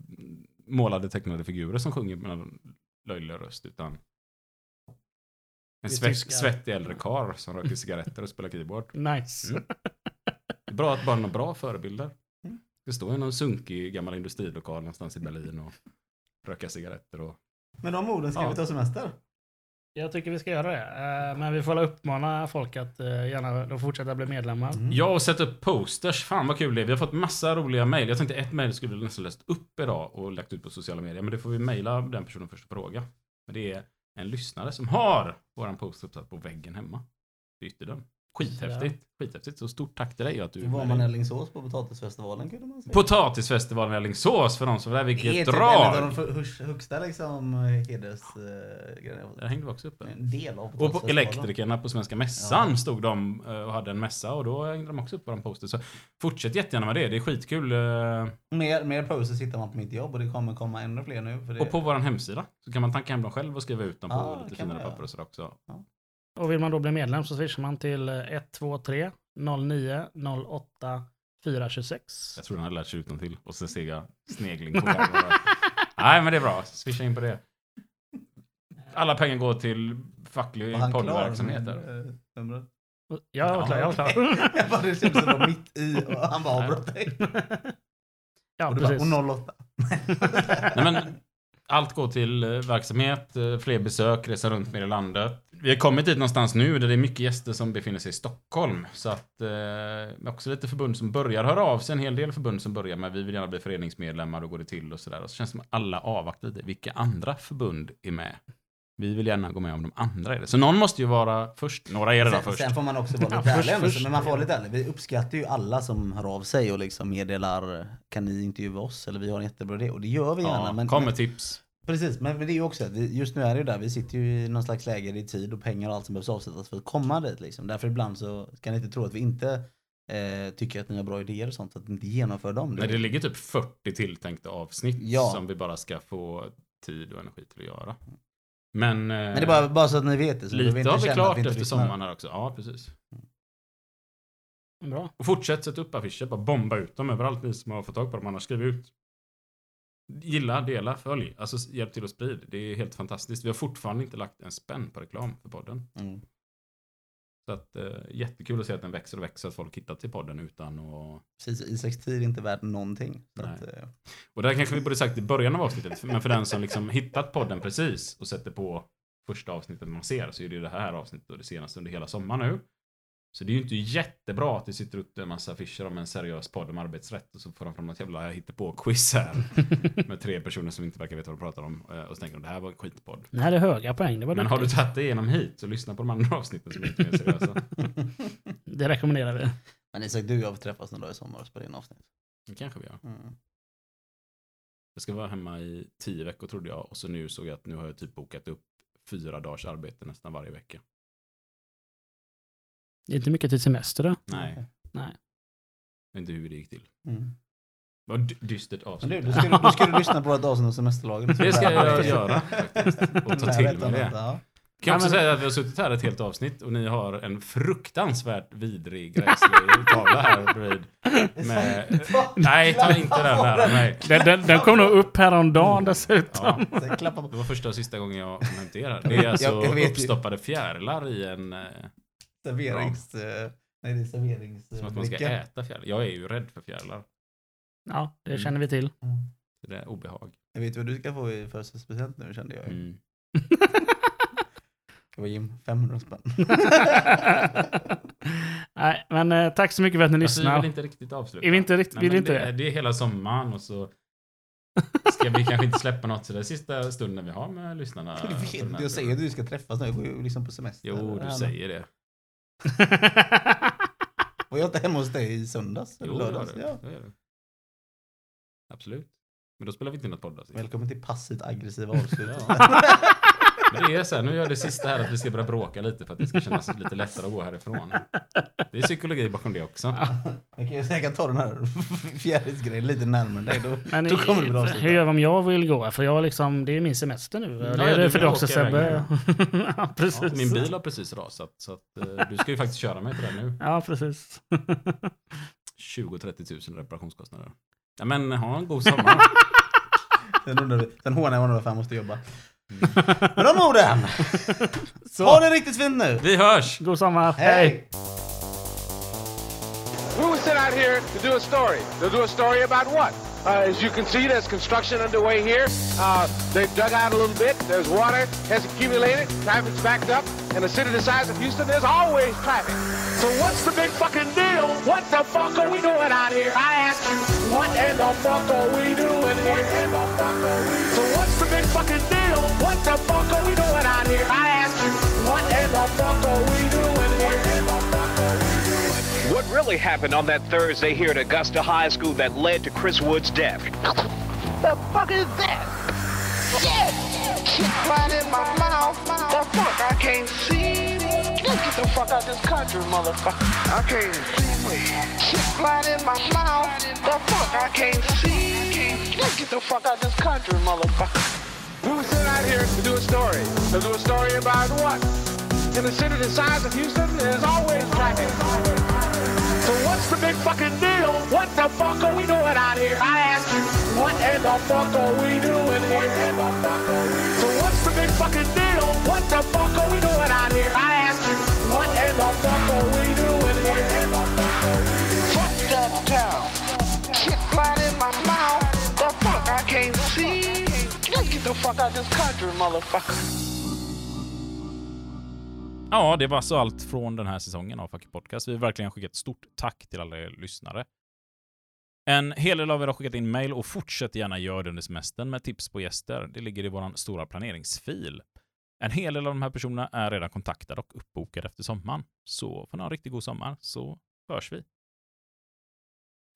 A: målade tecknade figurer som sjunger med en löjlig röst, utan en
H: är
A: svett,
H: tyskar.
A: svettig äldre karl som röker cigaretter och spelar keyboard.
H: Nice.
A: Mm. Det är bra att barnen har bra förebilder.
F: Mm.
A: Det står ju någon sunkig gammal industrilokal någonstans i Berlin och röka cigaretter och
F: Med de orden ska
A: Ja.
F: vi ta semester.
H: Jag tycker vi ska göra det. Eh, Men vi får väl uppmana folk att eh, gärna de fortsätta bli medlemmar.
F: Mm.
A: Ja, och sätta upp posters. Fan vad kul det är. Vi har fått massa roliga mejl. Jag tänkte ett mejl skulle vi nästan läst upp idag och lagt ut på sociala medier. Men det får vi mejla den personen först och fråga. Men det är en lyssnare som har våran post uppsatt på väggen hemma. Det är ytterdörren. Skithäftigt. Skithäftigt. Så stort tack till dig att du
F: Då var
A: är
F: man i
A: med.
F: Alingsås på potatisfestivalen kunde man säga.
A: Potatisfestivalen i Alingsås för de som var där.
F: det är
A: Vilket
F: typ en
A: drag!
F: av de hö- högsta liksom, hedersgrejerna.
A: Där hängde vi också uppe.
F: en del av
A: Och på
F: Mm. potatisfestivalen.
A: elektrikerna på Svenska Mässan stod de eh, och hade en mässa och då hängde de också upp våran poster. Så fortsätt jättegärna med det. Det är skitkul. eh,
F: Mer, mer posters hittar man på mitt jobb och det kommer komma ännu fler nu. För det,
A: Och på vår hemsida så kan man tanka hem dem själv och skriva ut dem på
F: Ja,
A: lite
F: kan
A: finare
F: man göra.
A: papper och sådär också.
H: Och vill man då bli medlem så swishar man till eh, 123 09 08 426.
A: Jag tror den hade lärt sig utan till och sen ser jag snegling på kameran. Nej men det är bra, swisha in på det. Alla pengar går till facklig
F: Var han klar
A: poddverksamhet där.
F: med, eh, numret?
H: Jag var klar, jag var klar.
F: Jag bara, det kändes som det var mitt i och han bara avbröt dig.
H: Ja,
F: Och du bara,
H: precis.
F: och 08.
A: Nej, men allt går till eh, verksamhet, eh, fler besök, resa runt mer i landet. Vi har kommit dit någonstans nu där det är mycket gäster som befinner sig i Stockholm. Så att, eh, men också lite förbund som börjar höra av sig. En hel del förbund som börjar med vi vill gärna bli föreningsmedlemmar och går det till och sådär. Och så känns det som att alla avvaktar lite. Vilka andra förbund är med? Vi vill gärna gå med om de andra är det. Så någon måste ju vara först. Några är redan
F: Sen,
A: först.
F: sen får man också vara lite
H: Ja,
F: ärlig. ändå,
H: först,
F: Men man får vara lite ärlig. Vi uppskattar ju alla som hör av sig och liksom meddelar kan ni intervjua oss eller vi har en jättebra idé. Och det gör vi gärna.
A: ja,
F: men,
A: kom
F: men,
A: med tips.
F: precis, men det är ju också att vi, just nu är det ju där. Vi sitter ju i någon slags läge. Det är tid och pengar och allt som behövs avsättas för att komma dit. Liksom. Därför ibland så kan ni inte tro att vi inte eh, tycker att ni har bra idéer och sånt. så Att vi inte genomför dem.
A: Nej, det ligger typ 40 tilltänkta avsnitt
F: Ja.
A: som vi bara ska få tid och energi till att göra. Men, eh,
F: men det är bara, bara så att ni vet det. Så behöver
A: lite
F: inte
A: har vi
F: känna
A: klart
F: att inte
A: efter
F: lyssnar.
A: sommaren här också. Ja, precis.
H: Bra.
A: Och fortsätt sätta upp affischer, bara bomba ut dem överallt ni som har fått tag på dem, annars skriv ut. Gilla, dela, följ. Alltså s- hjälp till att sprida. Det är helt fantastiskt. Vi har fortfarande inte lagt en spänn på reklam för podden.
F: Mm.
A: Så att, eh, jättekul att se att den växer och växer, att folk hittar till podden utan att
F: Precis, Isaks tid är inte värd någonting. Så
A: Nej.
F: att, eh,
A: Och där kanske vi borde sagt i början av avsnittet, men för den som liksom hittat podden precis och sätter på första avsnittet man ser så är det ju det här avsnittet och det senaste under hela sommaren nu. Så det är ju inte jättebra att det sitter upp en massa affischer om en seriös podd om arbetsrätt och så får de fram något jävla hittepå-quiz här med tre personer som inte verkar veta vad de pratar om eh, och så tänker de det här var en skitpodd.
H: Nej, det är höga poäng. Det, var
A: Men har du
H: duktigt.
A: tagit dig igenom hit så lyssna på de andra avsnitten som är lite mer seriösa.
H: det rekommenderar vi.
F: men Isak, du och jag får träffas någon dag i sommar och spela in avsnitt.
A: Det kanske vi gör.
F: Mm.
A: Jag ska vara hemma i tio veckor trodde jag och så nu såg jag att nu har jag typ bokat upp fyra dagars arbete nästan varje vecka.
H: Det är inte mycket till semester då.
A: Nej.
H: Nej.
A: Jag vet inte hur det gick till.
F: Mm.
A: Vad dy- dystert
F: Men
A: avsnitt.
F: du, du ska, du ska du lyssna på vårt avsnitt om semesterlagen.
A: det ska jag göra faktiskt. Och ta till mig det.
F: Ja.
A: Kan jag också
H: Nej, men-
A: säga att vi har suttit här ett helt avsnitt och ni har en fruktansvärt vidrig gräslig tavla här bredvid. Med... Nej, ta inte den nära mig.
H: Den, den, den kom nog upp häromdagen dessutom.
A: Ja.
F: Sen klappa på.
A: Det var första och sista gången jag kom hem till er här. Det är alltså
F: Jag- jag vet ju.
A: uppstoppade fjärilar i en... eh,
F: Serverings... eh, Nej, det är serverings... eh,
A: Som att man ska
F: bricka.
A: äta fjärilar. Jag är ju rädd för fjärilar.
H: Ja, det känner vi till.
F: Mm.
A: Det är obehag.
F: Jag vet vad du ska få i födelsedagspresent nu kände jag.
A: Mm.
F: Det var Jim, 500 spänn.
H: Nej, men eh, tack så mycket för att ni
A: Alltså, vi
H: lyssnar.
A: vill inte riktigt avsluta.
H: Är vi inte riktigt-
A: Nej,
H: vill
A: men
H: inte
A: det,
H: det?
A: det är hela sommaren och så ska vi kanske inte släppa något så det är sista stunden vi har med lyssnarna.
F: Du vet,
A: på den här
F: jag säger att du ska träffas nu. Jag går ju liksom på semester.
A: Jo, du
F: Ja,
A: säger det.
F: Var jag inte hemma hos dig i söndags? Eller
A: Jo, det gör
F: lördags?
A: du.
F: Ja.
A: Det gör du. Absolut. Men då spelar vi inte in något poddavsnitt.
F: Välkommen till passivt aggressiva avslut.
A: Ja. Det är så här, nu gör det sista här att vi ska börja bråka lite för att det ska kännas lite lättare att gå härifrån. Det är psykologi bakom det också.
F: Jag kan, jag kan ta den här fjärilsgrejen lite närmare dig. Då,
H: Men
F: då kommer det bra
H: hur
F: avslut.
H: gör vi om jag vill gå? För jag liksom, det är min semester nu. det är
A: du
H: det
A: kan
H: för dig också
A: åka iväg
H: Sebbe. ja,
A: Ja,
H: precis.
A: min bil har precis rasat så att, eh, du ska ju faktiskt köra mig till den nu.
H: Ja, precis.
A: 20-30 000 reparationskostnader. Ja, men ha en god sommar.
F: Sen, undrar vi- sen hånar jag honom varför han måste jobba.
A: Mm.
F: Med de orden! Ha det riktigt fint nu!
A: Vi hörs!
H: God sommar. Hej.
F: Hej!
I: We were sent out here to do a story. To do a story about what? Uh, as you can see, there's construction underway here. Uh, they've dug out a little bit. There's water has accumulated. Traffic's backed up. In a city the size of Houston, there's always traffic. So what's the big fucking deal? What the fuck are we doing out here? I ask you, what in the fuck are we doing here? So what's the big fucking deal? What the fuck are we doing out here? I ask you, what in the fuck are we doing here?
C: What really happened on that Thursday here at Augusta High School that led to Chris Wood's death?
I: The fuck is that? Shit! Shit right in my mouth. The fuck, I can't see. Let's get the fuck out this country, motherfucker. I can't see me. Shit right in my mouth. The fuck, I can't see. Let's get the fuck out this country, motherfucker. We were sent out here to do a story. To do a story about what? In a city the size of Houston, there's always traffic. So what's the big fucking deal? What the fuck are we doing out here? I ask you, what in the fuck are we doing here? So what's the big fucking deal? What the fuck are we doing out here? I ask you, what in the fuck are we doing here? Fuck that town. Shit flying in my mouth. The fuck I can't see. Let's get the fuck out this country, motherfucker.
J: Ja, det var alltså allt från den här säsongen av Fucking Podcast. Vi vill verkligen skicka ett stort tack till alla er lyssnare. En hel del av er har skickat in mejl och fortsätt gärna göra det under semestern med tips på gäster. Det ligger i vår stora planeringsfil. En hel del av de här personerna är redan kontaktade och uppbokade efter sommaren. Så får ni ha en riktigt god sommar, så hörs vi.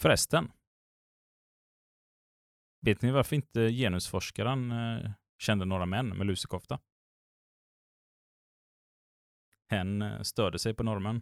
J: Förresten. Vet ni varför inte genusforskaren eh, kände några män med lusekofta? Hen eh, störde sig på normen.